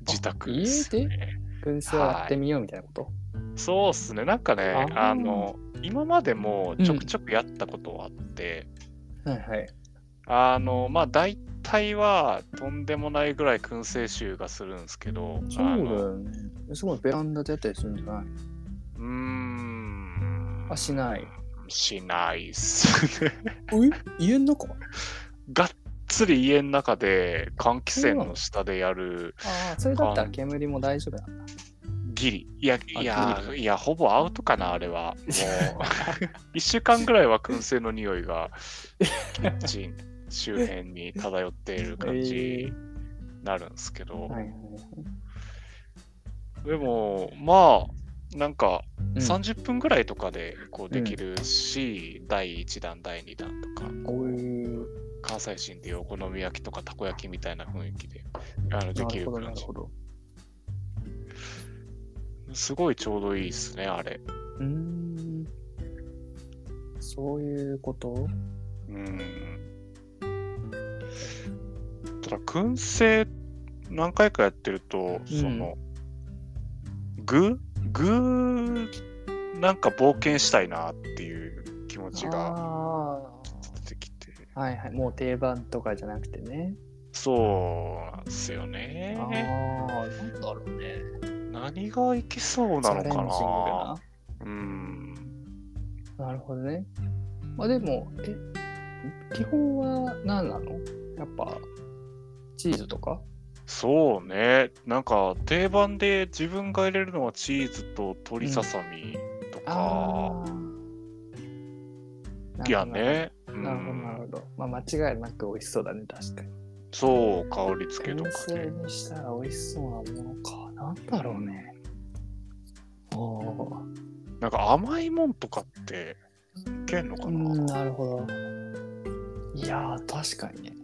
Speaker 2: 自宅です
Speaker 1: 家
Speaker 2: ね。
Speaker 1: 燻製をやってみようみたいなこと、
Speaker 2: そうっすね。なんかね、
Speaker 1: あー
Speaker 2: あの、今までもちょくちょくやったことはあって、
Speaker 1: はい、はい
Speaker 2: あのまあ大体はとんでもないぐらい燻製臭がするんですけど
Speaker 1: そう
Speaker 2: あ
Speaker 1: だ
Speaker 2: の
Speaker 1: よね。すごいベランダでやったりするんじゃないう
Speaker 2: ーん
Speaker 1: あ、しない。
Speaker 2: しないっすね
Speaker 1: え家の中
Speaker 2: がっつり家の中で換気扇の下でやる
Speaker 1: ああ、それだったら煙も大丈夫なんだ。
Speaker 2: ギリいや
Speaker 1: あ
Speaker 2: いや
Speaker 1: ギ
Speaker 2: いやほぼアウトかなあれはもう1週間ぐらいは燻製の匂いがキッチン周辺に漂っている感じになるんですけど、
Speaker 1: はいはい
Speaker 2: でもまあなんか
Speaker 1: はい。
Speaker 2: 30分ぐらいとかでこうできるし、第1弾第2弾とか
Speaker 1: うん、おい
Speaker 2: 関西人でいうお好み焼きとかたこ焼きみたいな雰囲気であので
Speaker 1: な
Speaker 2: き
Speaker 1: る
Speaker 2: る
Speaker 1: ほど、な
Speaker 2: 感
Speaker 1: る
Speaker 2: じ
Speaker 1: ほど。
Speaker 2: すごいちょうどいいですねあれ
Speaker 1: うーん。そういうこと
Speaker 2: うんただ燻製何回かやってるとその、具具なんか冒険したいなっていう気持ちが
Speaker 1: あ
Speaker 2: 出てきて
Speaker 1: あ。はいはい。もう定番とかじゃなくてね。
Speaker 2: そうなんですよね
Speaker 1: ああ、なんだろうね。
Speaker 2: 何がいけそうなの
Speaker 1: チャレンジング
Speaker 2: か
Speaker 1: な。
Speaker 2: なうん。
Speaker 1: なるほどね。まあでも、え、基本は何なのやっぱ、チーズとか
Speaker 2: そうね。なんか定番で自分が入れるのはチーズと鶏ささみとか、
Speaker 1: あー。
Speaker 2: やね。う
Speaker 1: なるほど。なる
Speaker 2: ん。
Speaker 1: ほど。まあ間違いなく美味しそうだね、確かに。
Speaker 2: そう、香り付けと
Speaker 1: 燻
Speaker 2: か
Speaker 1: 製
Speaker 2: ね。
Speaker 1: にしたら美味しそうなものか。なんだろうね。おー
Speaker 2: なんか甘いもんとかって結けんのか
Speaker 1: う
Speaker 2: な。
Speaker 1: んなるほどいやー確かにね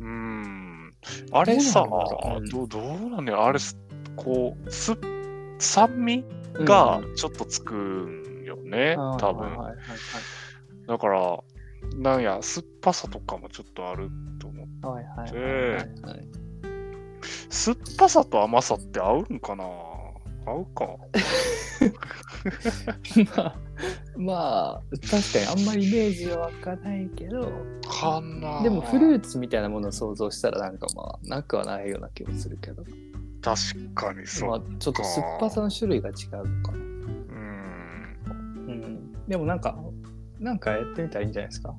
Speaker 2: うん。あれさ、
Speaker 1: どうなんだろううん
Speaker 2: どどうなんだよ。あれ、すこう、す酸味が
Speaker 1: うん
Speaker 2: ちょっとつくんよね、
Speaker 1: あー
Speaker 2: 多分。
Speaker 1: はいはいはい
Speaker 2: だから、なんや、酸っぱさとかもちょっとあると思う。
Speaker 1: はいはいはいはいはい
Speaker 2: 酸っぱさと甘さって合うんかな合うか。
Speaker 1: まあ まあ確かにあんまりイメージは湧かないけど
Speaker 2: かな
Speaker 1: でもフルーツみたいなものを想像したらなんかまあなくはないような気もするけど
Speaker 2: 確かにそう。
Speaker 1: まあちょっと酸っぱさの種類が違うのかな、
Speaker 2: うん。
Speaker 1: うん、でもなんかなんかやってみたらいいんじゃないですか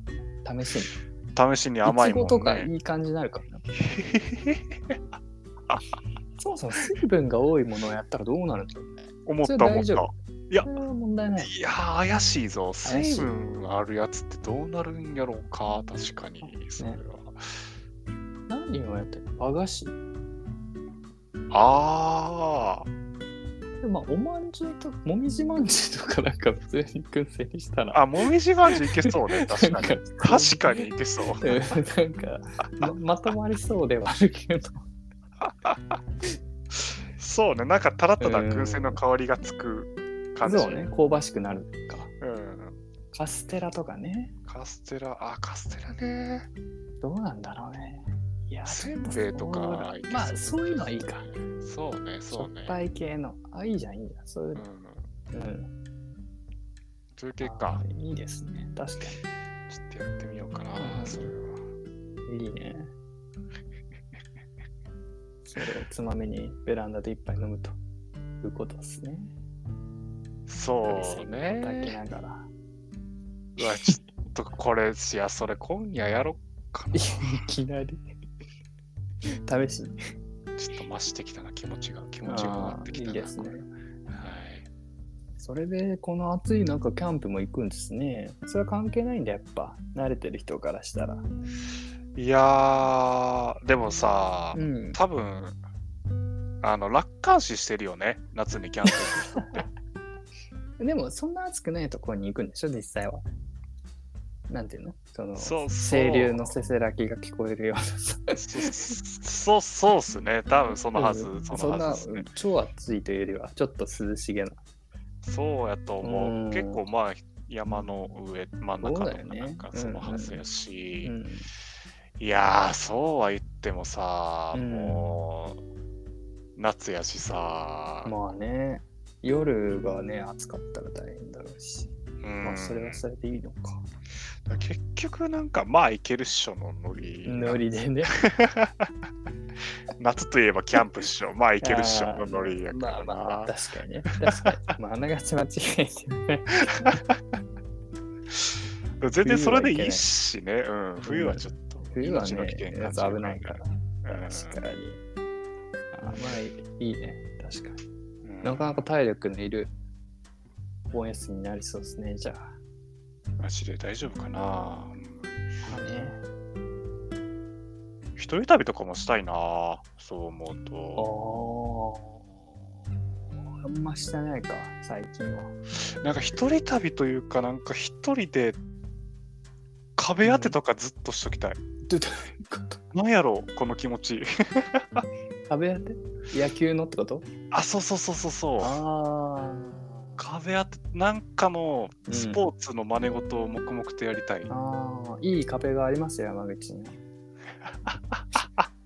Speaker 1: 試しに
Speaker 2: 試しに甘い
Speaker 1: いち
Speaker 2: も
Speaker 1: ご
Speaker 2: ん、ね。
Speaker 1: とかいい感じになるかも なそもそも水分が多いものをやったらどうなるんだろうね
Speaker 2: 思っ
Speaker 1: そ
Speaker 2: た
Speaker 1: れ
Speaker 2: 思
Speaker 1: 大
Speaker 2: っ
Speaker 1: 丈夫
Speaker 2: た。
Speaker 1: それは問題ない
Speaker 2: いやー怪しいぞ
Speaker 1: 怪しい
Speaker 2: 水分あるやつってどうなるんやろうか確かにそれは、
Speaker 1: 何をやってる和菓子
Speaker 2: あ
Speaker 1: でもまあおまんじゅうとかもみじまんじゅうとかなんか普通に燻製にしたら
Speaker 2: ああもみじまんじゅういけそ うね確かに
Speaker 1: に
Speaker 2: 確かにいけそう
Speaker 1: うんなんかままとまりそうではあるけど
Speaker 2: そうねなんかただただ
Speaker 1: うん
Speaker 2: 燻製の香りがつく感じ
Speaker 1: そうね香ばしくなるか
Speaker 2: うん
Speaker 1: カステラとかね
Speaker 2: カステラあカステラね
Speaker 1: どうなんだろうねいや
Speaker 2: せんべいと
Speaker 1: そう
Speaker 2: か
Speaker 1: だ
Speaker 2: いけ
Speaker 1: まあそういうのはいいか
Speaker 2: そうね
Speaker 1: し
Speaker 2: そ
Speaker 1: ょ
Speaker 2: うね
Speaker 1: っぱい系のあいいじゃんいいじゃんそういう
Speaker 2: う
Speaker 1: の、
Speaker 2: ん
Speaker 1: うん、
Speaker 2: という結果
Speaker 1: あーいいですね確か
Speaker 2: ちょっとやってみようか
Speaker 1: う
Speaker 2: なんそれは
Speaker 1: にいい ねそれをつまみにベランダで一杯飲むということですね
Speaker 2: そうね
Speaker 1: 炊きなが ら
Speaker 2: うわ、ちょっとこれ、いや、それ今夜やろっか
Speaker 1: い
Speaker 2: な。ち
Speaker 1: きなり試しに
Speaker 2: ょっと増してきたな、気持ちが。気持ちが上がってきた
Speaker 1: い
Speaker 2: な。
Speaker 1: いですね
Speaker 2: はい。
Speaker 1: それでこの暑い中キャンプも行くんですねそれは関係ないんだやっぱ慣れてる人からしたら
Speaker 2: いやー、でもさ、
Speaker 1: うん
Speaker 2: 多分あの、楽観視してるよね、夏にキャン プ行く人って。
Speaker 1: でもそんな暑くないところに行くんでしょ実際はなんていうのその
Speaker 2: そうそう
Speaker 1: 清流のせせらぎが聞こえるようなさ
Speaker 2: そそう、そうっすね、多分そのはず、
Speaker 1: うん
Speaker 2: そのはずっす
Speaker 1: そん
Speaker 2: ね
Speaker 1: な。超暑いというよりはちょっと涼しげな
Speaker 2: そうやと思
Speaker 1: うん
Speaker 2: う。結構、まあ、山の上、真ん中
Speaker 1: そう
Speaker 2: と
Speaker 1: だ
Speaker 2: か
Speaker 1: よね
Speaker 2: なんかそのはずや
Speaker 1: う
Speaker 2: し、
Speaker 1: ん
Speaker 2: いやー、そうは言ってもさ、
Speaker 1: うん
Speaker 2: もう、夏やしさ、
Speaker 1: まあね夜がね暑かったら大変だろうし、
Speaker 2: うん
Speaker 1: まあそれはそれでいいのか
Speaker 2: 結局なんか、まあ、いけるっしょのノリ。
Speaker 1: ノリでね
Speaker 2: 夏といえばキャンプっしょ、まあ、い
Speaker 1: い
Speaker 2: けるっしょのノリやか
Speaker 1: ま
Speaker 2: ら
Speaker 1: あ
Speaker 2: な。
Speaker 1: まあまあ確かにね確かにまああながち間違えてね
Speaker 2: 全然それでいいしね、うん、冬はちょっと、
Speaker 1: 冬は
Speaker 2: 命の危険
Speaker 1: ねや
Speaker 2: 感
Speaker 1: つ
Speaker 2: じる
Speaker 1: 危ないから
Speaker 2: うん
Speaker 1: 確かにあまあいいね確かに
Speaker 2: うん
Speaker 1: なかなか体力のいる盆休みになりそうですねじゃあ
Speaker 2: マジで大丈夫かな。
Speaker 1: まあね
Speaker 2: 一人旅とかもしたいな、そう思うと。
Speaker 1: あああんましてないか最近は
Speaker 2: なんか一人旅というか、なんか一人で壁当てとかずっとしときたい。
Speaker 1: どどういうこと
Speaker 2: なんやろうこの気持ち。
Speaker 1: 壁当て野球のってこと
Speaker 2: あ、そうそうそうそうそう。
Speaker 1: あ
Speaker 2: 壁当て、なんかのスポーツの真似事を黙々とやりたい。
Speaker 1: あああいい壁がありますよ山口には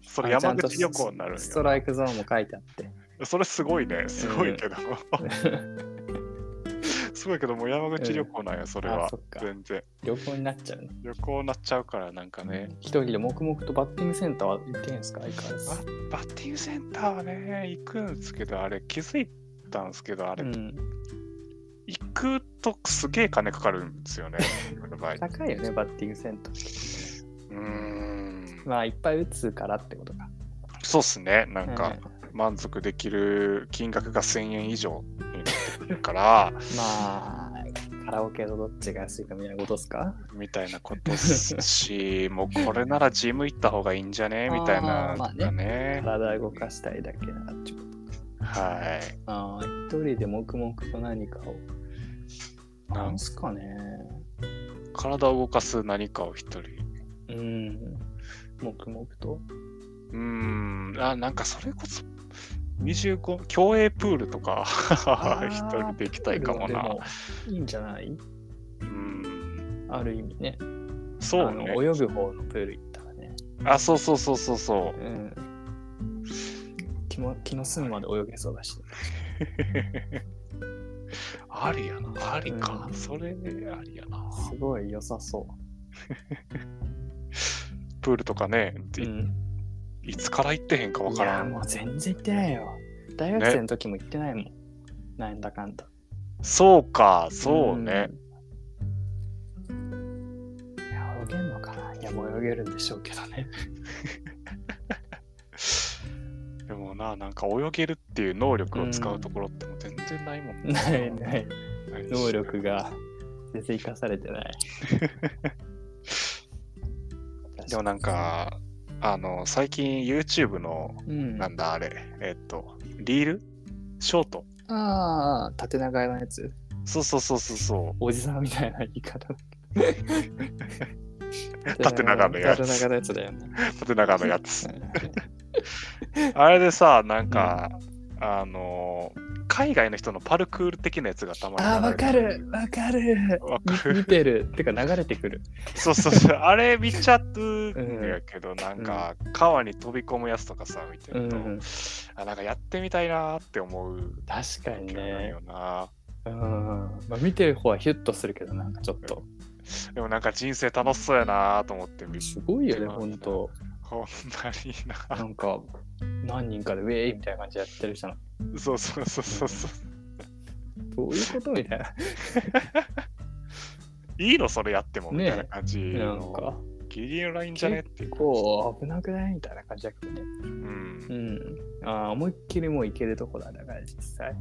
Speaker 2: そ
Speaker 1: あ
Speaker 2: れ
Speaker 1: ちゃ
Speaker 2: 山
Speaker 1: んと
Speaker 2: 口旅行になるん
Speaker 1: スト
Speaker 2: よ。
Speaker 1: ライクゾーンも書いてあって
Speaker 2: それすごいね。すごい けど。すごいけど、もう山口旅行なんや、それ
Speaker 1: あ
Speaker 2: は
Speaker 1: そっ。か
Speaker 2: 全然。
Speaker 1: 旅行になっちゃうね
Speaker 2: 旅行になっちゃうから、なんかね。
Speaker 1: 一人で黙々とバッティングセンターは行ってんですか相変わらず
Speaker 2: バッティングセンターはね、行くんですけど、あれ気づいたんですけど、あれ、
Speaker 1: うん、
Speaker 2: 行くとすげえ金かかるんです よね。僕の場合。う
Speaker 1: 高いよねバッティングセンター
Speaker 2: ーん。
Speaker 1: まあいっぱい打つからってことか
Speaker 2: そうっすね。なんか。
Speaker 1: うん
Speaker 2: 満足できる金額が1000円以上になってくるか ら
Speaker 1: まあカラオケとどっちが安いかみたいなことですか
Speaker 2: みたいなことっすしもうこれならジム行った方がいいんじゃねみたい
Speaker 1: あ
Speaker 2: な
Speaker 1: ーまあ
Speaker 2: と
Speaker 1: ね
Speaker 2: かね
Speaker 1: 体動かしたいだけなってこと
Speaker 2: はい
Speaker 1: ああ一人で黙々と何かを
Speaker 2: な
Speaker 1: なんんすかね
Speaker 2: 体を動かす何かを一人。
Speaker 1: うん。黙々と。
Speaker 2: うーん、あ、なんかそれこそ、25、競泳プールとか、
Speaker 1: あー
Speaker 2: 一人で行きたいかも
Speaker 1: で
Speaker 2: な。
Speaker 1: もいいんじゃない
Speaker 2: うん、
Speaker 1: ある意味ね。
Speaker 2: そう
Speaker 1: あの
Speaker 2: ね。
Speaker 1: 泳ぐ方のプール行ったらね。。
Speaker 2: あ、そうそうそうそうそう
Speaker 1: ん。気も気の済むまで泳げそうだし。
Speaker 2: ありやな、ありか。
Speaker 1: うん
Speaker 2: それありやな。
Speaker 1: すごい良さそ
Speaker 2: プールとかね、
Speaker 1: う。
Speaker 2: い
Speaker 1: ん。
Speaker 2: いつから行ってへんかわ
Speaker 1: い
Speaker 2: から
Speaker 1: や、
Speaker 2: ん。
Speaker 1: もう全然行ってないよ。大学生の時も行ってないもん。なんだかんだ。
Speaker 2: そうか、そうね。
Speaker 1: うん。いや、泳げんのかないや、もう泳げるんでしょうけどね。
Speaker 2: でもな、なんか泳げるっていう能力を使うところってもう全然ないもんね
Speaker 1: ないない。
Speaker 2: ないし
Speaker 1: 能力が全然生かされてない。
Speaker 2: でもなんか、あの、最近 YouTube の、
Speaker 1: うん、
Speaker 2: なんだあれ、えっと、リールショート
Speaker 1: ああ、縦長のやつ。
Speaker 2: そうそうそうそうそ
Speaker 1: おじさんみたいな言い方。
Speaker 2: う。 縦長のやつ。
Speaker 1: 縦長のやつだよね。
Speaker 2: 縦長のや つ。あれでさ、なんか、あの、海外の人のパルクール的なやつがたまに
Speaker 1: ああ、わ
Speaker 2: 流れ
Speaker 1: か
Speaker 2: て
Speaker 1: る。わかる。
Speaker 2: わかる。
Speaker 1: 見てる。てか流れてくる。
Speaker 2: そうそうそう。あれ見ちゃうんやけど、なんか、川に飛び込むやつとかさ、見てると、
Speaker 1: うん
Speaker 2: あなんかやってみたいなーって思う。
Speaker 1: 確かにね。
Speaker 2: よな。
Speaker 1: うん。まあ、見てる方はヒュッとするけど、なんかちょっと。
Speaker 2: でもなんか人生楽しそうやなーと思って見
Speaker 1: すごいよね、
Speaker 2: うん
Speaker 1: ほんと。
Speaker 2: ほんまに
Speaker 1: な
Speaker 2: な。
Speaker 1: んか、何人かでウェイみたいな感じでやってる人なの。
Speaker 2: そうそうそうそうそう。
Speaker 1: どういうことみたいな。
Speaker 2: いいのそれやってもみ
Speaker 1: ねえ
Speaker 2: たいな感じ
Speaker 1: な
Speaker 2: の。
Speaker 1: んか、
Speaker 2: ギリギリのラインじゃねっていう。
Speaker 1: こう、危なくないみたいな感じだけどね。
Speaker 2: うん
Speaker 1: う。ん。ああ、思いっきりもういけるとこだ、だから実際。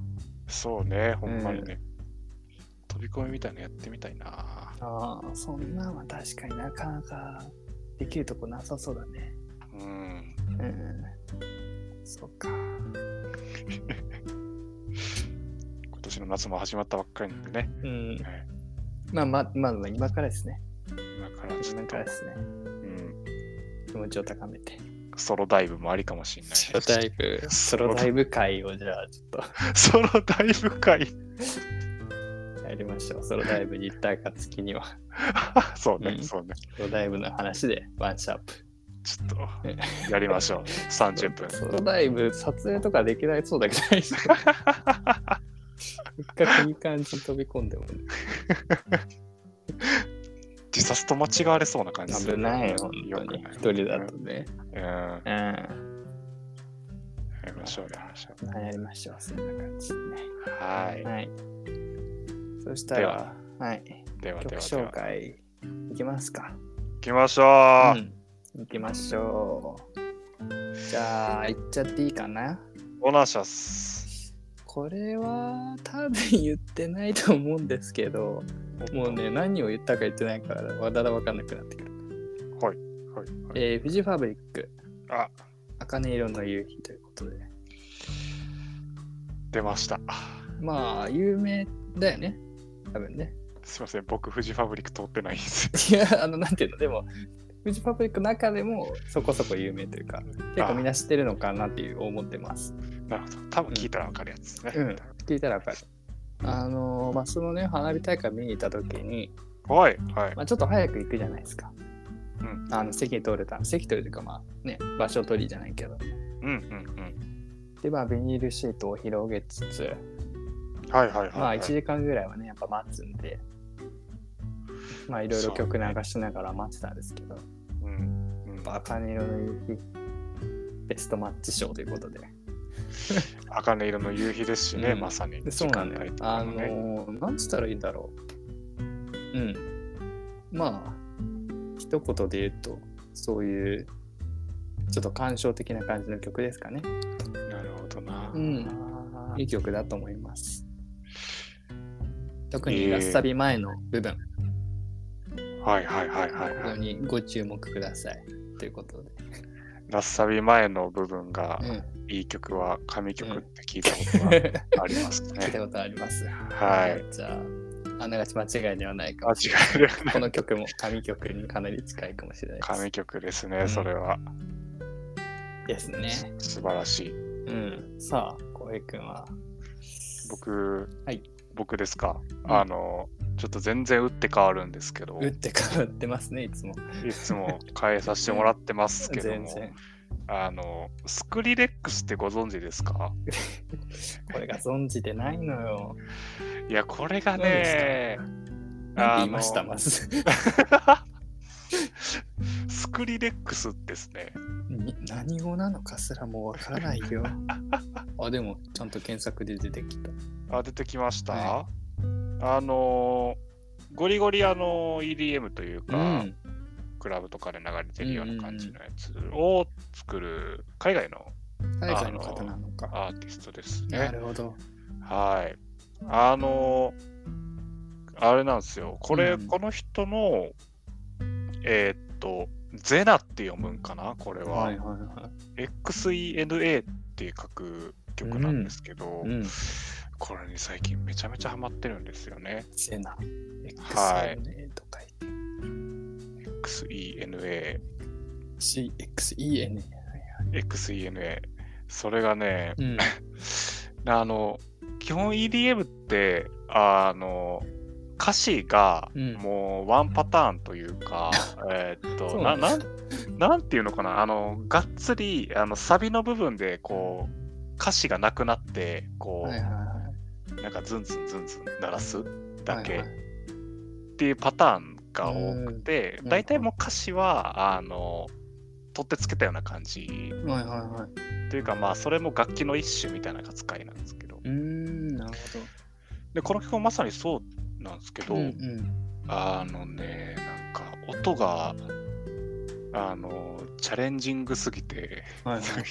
Speaker 2: そうね、ほんまにね。飛び込みみたいなのやってみたいな。
Speaker 1: ああ、そんなんは確かになかなかできるとこなさそうだね。
Speaker 2: うん。
Speaker 1: うん。そっか。
Speaker 2: 今年の夏も始まったばっかりなんでね。
Speaker 1: うん。まあ、ま、まだ今からですね。
Speaker 2: 今からちょ
Speaker 1: 今
Speaker 2: っと
Speaker 1: か、らですね。
Speaker 2: うん、
Speaker 1: 気持ちを高めて。
Speaker 2: ソロダイブもありかもしれない。
Speaker 1: ソロダイブ、ソロダイブ会をじゃあちょっ
Speaker 2: ソロダイブ会。
Speaker 1: とやりましょう。ソロダイブに行った暁には、
Speaker 2: そうね、
Speaker 1: うん
Speaker 2: そうね。
Speaker 1: ソロダイブの話でワンシャープ。
Speaker 2: ちょっと、やりましょう。30分。
Speaker 1: ソロダイブ、撮影とかできないそうだけど、一回いい感じに飛び込んでもね、
Speaker 2: 自殺と間違われそうな感じする
Speaker 1: 危ないよ、本
Speaker 2: よ
Speaker 1: 当
Speaker 2: く
Speaker 1: に。
Speaker 2: ない
Speaker 1: 一人だとね。
Speaker 2: うん、や
Speaker 1: うん。
Speaker 2: りましょう、やりましょ
Speaker 1: まあやりましょう、そんな感じで
Speaker 2: う。は
Speaker 1: ね。はい。そしたら、はい。
Speaker 2: い。では
Speaker 1: 曲
Speaker 2: ではでは
Speaker 1: 紹。介いきますか。
Speaker 2: 行きましょう。
Speaker 1: うん。いきましょう。じゃあ、いっちゃっていいかな。
Speaker 2: オナシャス。
Speaker 1: これは多分言ってないと思うんですけど、もうね、何を言ったか言ってないから、わだらわかんなくなってくる。
Speaker 2: はい。はい。はい
Speaker 1: えー、フジファブリック、
Speaker 2: あ、
Speaker 1: 茜色の夕日ということで。
Speaker 2: 出ました。
Speaker 1: まあ、有名だよね。多分ね。
Speaker 2: すいません、僕、フジファブリック通ってないんです。
Speaker 1: いや、あの、なんていうの、でも、フジパブリックの中でもそこそこ有名というか、結構みんな知ってるのかなっていう思ってます。
Speaker 2: なるほど。多分聞いたらわかるやつですね。
Speaker 1: うん聞いたらわかる。あのーまあ、そのね、花火大会見に行った時に、
Speaker 2: はい。はい。
Speaker 1: まあ、ちょっと早く行くじゃないですか。
Speaker 2: うん
Speaker 1: あの席取れた席取るというかまあね場所取りじゃないけど
Speaker 2: うんうん
Speaker 1: でまあビニールシートを広げつつ
Speaker 2: うん。はいはいはい。
Speaker 1: まあ1時間ぐらいはねやっぱ待つんでまあいろいろ曲流しながら待ってたんですけど、
Speaker 2: うんうん
Speaker 1: バカネ色の夕日ベストマッチ賞ということで
Speaker 2: 茜色の夕日ですしね、
Speaker 1: うん
Speaker 2: まさに。
Speaker 1: でそうなんだよ、
Speaker 2: 時間
Speaker 1: あ
Speaker 2: 帯とか
Speaker 1: の
Speaker 2: もね
Speaker 1: ーなんつったらいいんだろううんまあ一言で言うとそういうちょっと感傷的な感じの曲ですかね
Speaker 2: なるほどな。
Speaker 1: うんいい曲だと思います。特にラッサビ前の部分、
Speaker 2: はいはいはいはい、
Speaker 1: こ
Speaker 2: は
Speaker 1: こ
Speaker 2: い。
Speaker 1: にご注目ください。ということで。
Speaker 2: ラッサビ前の部分が
Speaker 1: うん、
Speaker 2: いい曲は神曲って聞いたことがあります
Speaker 1: 聞いた
Speaker 2: ね。
Speaker 1: ことあります。
Speaker 2: はい。
Speaker 1: じゃあ、あながち間違いではないか
Speaker 2: 間
Speaker 1: もしれない。
Speaker 2: 違いではない
Speaker 1: この曲も神曲にかなり近いかもしれない
Speaker 2: 神曲ですね、それは。
Speaker 1: です。ですね。
Speaker 2: 素晴らしい。
Speaker 1: うん。さあ、浩平君は。
Speaker 2: 僕、
Speaker 1: はい
Speaker 2: 僕ですか、
Speaker 1: うん
Speaker 2: あの、ちょっと全然打って変わるんですけど
Speaker 1: 打、って変わってますね、いつも。
Speaker 2: いつも変えさせてもらってますけど
Speaker 1: 全
Speaker 2: も、
Speaker 1: 然。
Speaker 2: あの、スクリレックスってご存知ですか
Speaker 1: これが存じてないのよ。
Speaker 2: いや、これがね、
Speaker 1: なんて言い
Speaker 2: の
Speaker 1: ました、まず。
Speaker 2: スクリレックスですね。
Speaker 1: に何語なのかすらもうわからない よ。あ、でも、ちゃんと検索で出てきた。
Speaker 2: あ、出てきました、
Speaker 1: は
Speaker 2: あのー、ゴリゴリあのー EDM というか、
Speaker 1: うん。
Speaker 2: クラブとかで流れてるような感じのやつを作る海外の
Speaker 1: 海外の方なのか。
Speaker 2: アーティストです
Speaker 1: な
Speaker 2: ね。
Speaker 1: るほど。
Speaker 2: はい。あのー、あれなんですよ。これ、
Speaker 1: うん
Speaker 2: この人の、えーっと、ゼナって読むんかなこれは。
Speaker 1: はいはいは
Speaker 2: XENA って書く曲なんですけど、
Speaker 1: い。うん。
Speaker 2: これに最近めちゃめちゃハマってるんですよね。
Speaker 1: セナ。X
Speaker 2: はい
Speaker 1: とか
Speaker 2: XENA、
Speaker 1: CXEN。
Speaker 2: XENA。それがね、
Speaker 1: うん。
Speaker 2: あの、基本 EDM って、あの、歌詞が
Speaker 1: うん
Speaker 2: もうワンパターンという か、えーっと
Speaker 1: そう
Speaker 2: な
Speaker 1: なんだ
Speaker 2: なん、なんていうのかな、あの、がっつり、あの、サビの部分で、こう、歌詞がなくなって、こう、
Speaker 1: はいはいは
Speaker 2: なんかズンズンズンズン鳴らす
Speaker 1: い。
Speaker 2: だけ
Speaker 1: は
Speaker 2: っ
Speaker 1: いはい
Speaker 2: ていうパターンが多くて、
Speaker 1: うん
Speaker 2: 大体もう歌詞は、あの、取ってつけたような感じ
Speaker 1: はいはいはい。
Speaker 2: というか、まあ、それも楽器の一種みたいな扱いなんですけど、
Speaker 1: うーん、なる
Speaker 2: で、この曲もまさにそうなんですけ
Speaker 1: ほど。
Speaker 2: ど、
Speaker 1: うんうん
Speaker 2: あのね、なんか音が、あの、チャレンジングすぎて、
Speaker 1: はいはい
Speaker 2: なん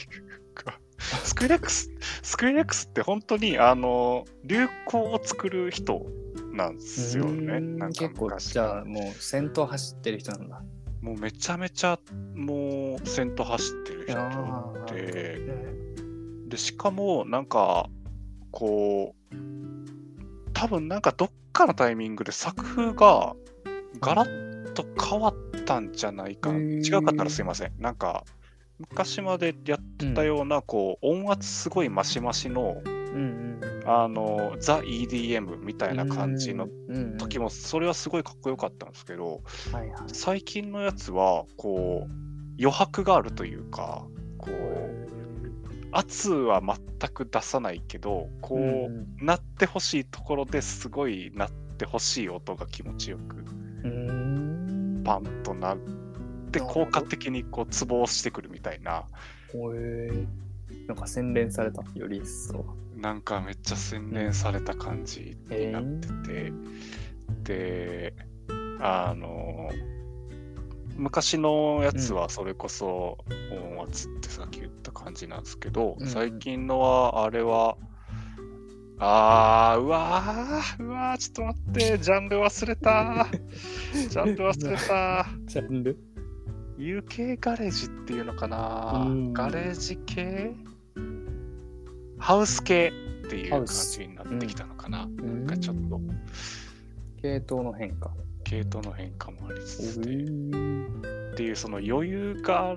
Speaker 2: かスクリレックス、スクリレックスって本当に、あの、流行を作る人なんですよ
Speaker 1: うー
Speaker 2: ね。
Speaker 1: ん
Speaker 2: なんか
Speaker 1: 結構、
Speaker 2: 昔
Speaker 1: じ
Speaker 2: から
Speaker 1: ゃあもう先頭走ってる人なんだ。
Speaker 2: もうめちゃめちゃ、もう先頭走ってる人
Speaker 1: あー
Speaker 2: で、
Speaker 1: うん
Speaker 2: で、しかも、なんか、こう、多分なんかどっかのタイミングで作風がガラッと変わったんじゃないかな。
Speaker 1: へー
Speaker 2: 違うかったらすいません。なんか、昔までやってたような、こう、音圧すごいマシマシの、
Speaker 1: うん
Speaker 2: あの、ザ・ EDM みた
Speaker 1: う
Speaker 2: い
Speaker 1: ん。
Speaker 2: な感じの
Speaker 1: うんうん
Speaker 2: 時も、それはすごいかっこよかったんですけど、
Speaker 1: はいはい
Speaker 2: 最近のやつは、こう、余白があるというか、こう、圧は全く出さないけど、こう、
Speaker 1: うん
Speaker 2: なってほしいところですごいなってほしい音が気持ちよく
Speaker 1: うん
Speaker 2: パンとなって
Speaker 1: なるほど
Speaker 2: 効果的にこうツボをしてくるみたいな
Speaker 1: ほえーなんか洗練されたより一層
Speaker 2: なんかめっちゃ洗練された感じになってて、であの昔のやつはそれこそ音圧ってさっき言った感じなんですけど、
Speaker 1: うん
Speaker 2: 最近のはあれはあーうわーうわーちょっと待ってジャンル忘れたジャンル忘れた
Speaker 1: ジャンル
Speaker 2: UK ガレージっていうのかな、
Speaker 1: うん
Speaker 2: ガレージ系ハウス系っていう感じになってきたのかな、なんかちょっと
Speaker 1: 系統の変化
Speaker 2: 系統の変化もありつつで、
Speaker 1: うん
Speaker 2: っていうその余裕があっ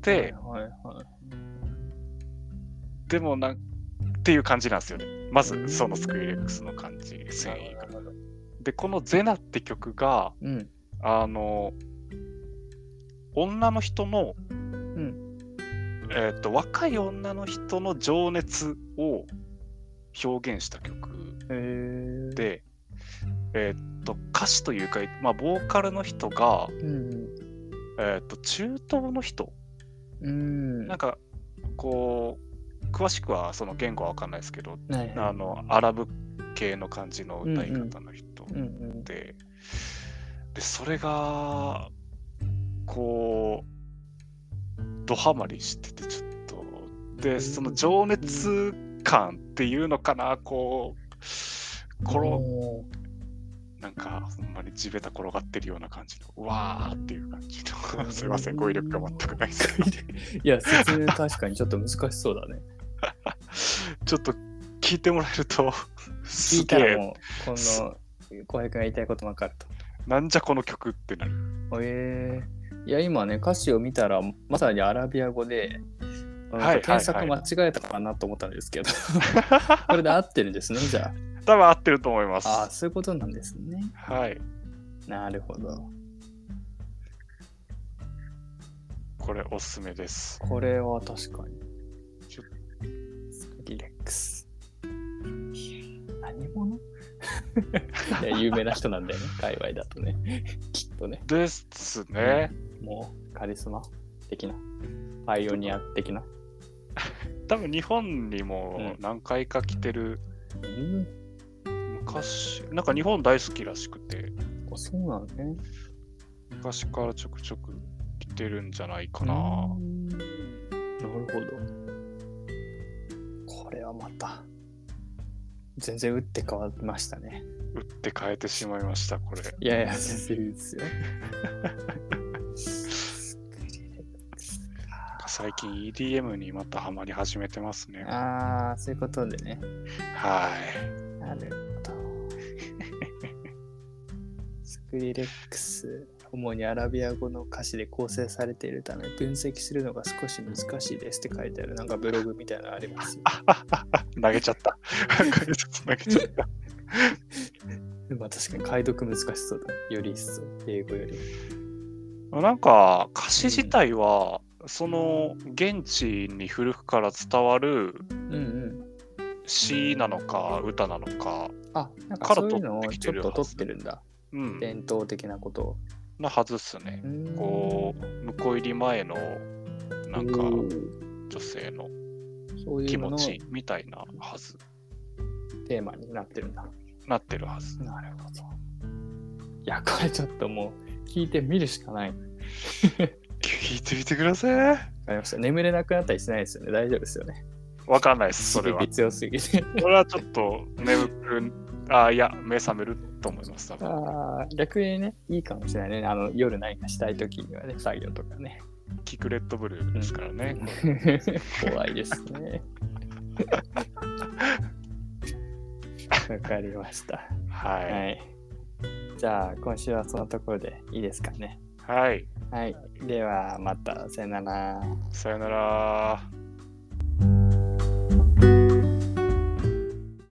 Speaker 2: て、
Speaker 1: はいはい
Speaker 2: でもなんっていう感じなんですよねま
Speaker 1: う
Speaker 2: ず
Speaker 1: ん
Speaker 2: そのスクリレックスの感じ繊
Speaker 1: はい
Speaker 2: 維がでこの「ゼナ」って曲が
Speaker 1: うん
Speaker 2: あの女の人の、
Speaker 1: ん
Speaker 2: えっと若い女の人の情熱を表現した曲
Speaker 1: へー
Speaker 2: で、えっと歌詞というか、まあ、ボーカルの人が、
Speaker 1: うん
Speaker 2: えっと中東の人
Speaker 1: うん
Speaker 2: なんかこう詳しくはその言語は分かんないですけど
Speaker 1: はいはい
Speaker 2: あのアラブ系の感じの歌い方の人
Speaker 1: うんうん
Speaker 2: ででそれがこうドハマりしててちょっとでその情熱感っていうのかなこうこの
Speaker 1: お
Speaker 2: なんかほんまに地べた転がってるような感じのうわーっていう感じ
Speaker 1: う
Speaker 2: の
Speaker 1: ん
Speaker 2: すいません語彙力が全くないですけど
Speaker 1: ーいや説明確かにちょっと難しそうだね
Speaker 2: ちょっと聞いてもらえると
Speaker 1: 聞
Speaker 2: す
Speaker 1: いた
Speaker 2: げ
Speaker 1: ら
Speaker 2: え
Speaker 1: もうこの浩平君が言いたいこと分かると。
Speaker 2: なんじゃこの曲ってなる
Speaker 1: えー、いや今ね歌詞を見たらまさにアラビア語で、
Speaker 2: はいはいはい
Speaker 1: 検索間違えたかなと思ったんです けどこれで合ってるんですねじゃ
Speaker 2: 多分合ってると思い
Speaker 1: あ
Speaker 2: ま
Speaker 1: ああ
Speaker 2: す
Speaker 1: そういうことなんですね
Speaker 2: はい
Speaker 1: なるほど
Speaker 2: これおすすめです
Speaker 1: これは確かに
Speaker 2: ちょ
Speaker 1: リレックスいや何者 いや有名な人なんだよね界隈だとねきっとね
Speaker 2: ですね
Speaker 1: もうカリスマ的なパイオニア的な、
Speaker 2: 多分日本に
Speaker 1: うん
Speaker 2: も何回か来てる
Speaker 1: うん、
Speaker 2: 昔なんか日本大好きらしくて
Speaker 1: あそうなのね
Speaker 2: 昔からちょくちょく来てるんじゃないか
Speaker 1: か
Speaker 2: な、
Speaker 1: なるほど。これはまた、全然打って変わりましたね。
Speaker 2: 打って変えてしまいましたこれ
Speaker 1: いやいや、全然いい ですよ。
Speaker 2: なんか最近 EDM にまたハマり始めてますね
Speaker 1: ああ、そういうことでね。
Speaker 2: はい
Speaker 1: なるほど。スクリレックス、主にアラビア語の歌詞で構成されているため、分析するのが少し難しいですって書いてある、なんかブログみたいなのありますよ。
Speaker 2: 投げちゃった 投げちゃった
Speaker 1: まあ確かに解読難しそうだ。より一層、英語より。
Speaker 2: なんか歌詞自体は、その現地に古くから伝わる
Speaker 1: うんうん。
Speaker 2: 詩なのか歌なのか、
Speaker 1: あ、なんか
Speaker 2: から
Speaker 1: そういうのを
Speaker 2: 取ってき
Speaker 1: ち
Speaker 2: て
Speaker 1: ょっ
Speaker 2: る
Speaker 1: と
Speaker 2: はず
Speaker 1: 取ってるんだ。
Speaker 2: うん、
Speaker 1: 伝統的なことを。
Speaker 2: なはずっすね
Speaker 1: う。ーん
Speaker 2: こう向こう入り前のなんか
Speaker 1: おー
Speaker 2: 女性の
Speaker 1: そうい
Speaker 2: 気
Speaker 1: うの
Speaker 2: 持
Speaker 1: の
Speaker 2: ちみたいなはず
Speaker 1: テーマになってるんだ。
Speaker 2: なってるはず。
Speaker 1: なるほど。いや、これちょっともう聞いてみるしかない。わ
Speaker 2: 聞いてみてください。
Speaker 1: かりました。眠れなくなったりしないですよね。大丈夫ですよね。
Speaker 2: わかんないです。そ れは
Speaker 1: 刺激。強すぎて。
Speaker 2: それはちょっと眠くあいや目覚めると思います。多分
Speaker 1: ああ、逆にね、いいかもしれないね。あの夜何かしたいときにはね、作業とかね。
Speaker 2: キクレットブルーですからね。
Speaker 1: 怖いです ね。わかりました。
Speaker 2: は
Speaker 1: はい。じゃあ、今週はそのところでいいですかね。
Speaker 2: い。はい。
Speaker 1: はい。では、また、さよなら。
Speaker 2: さよなら。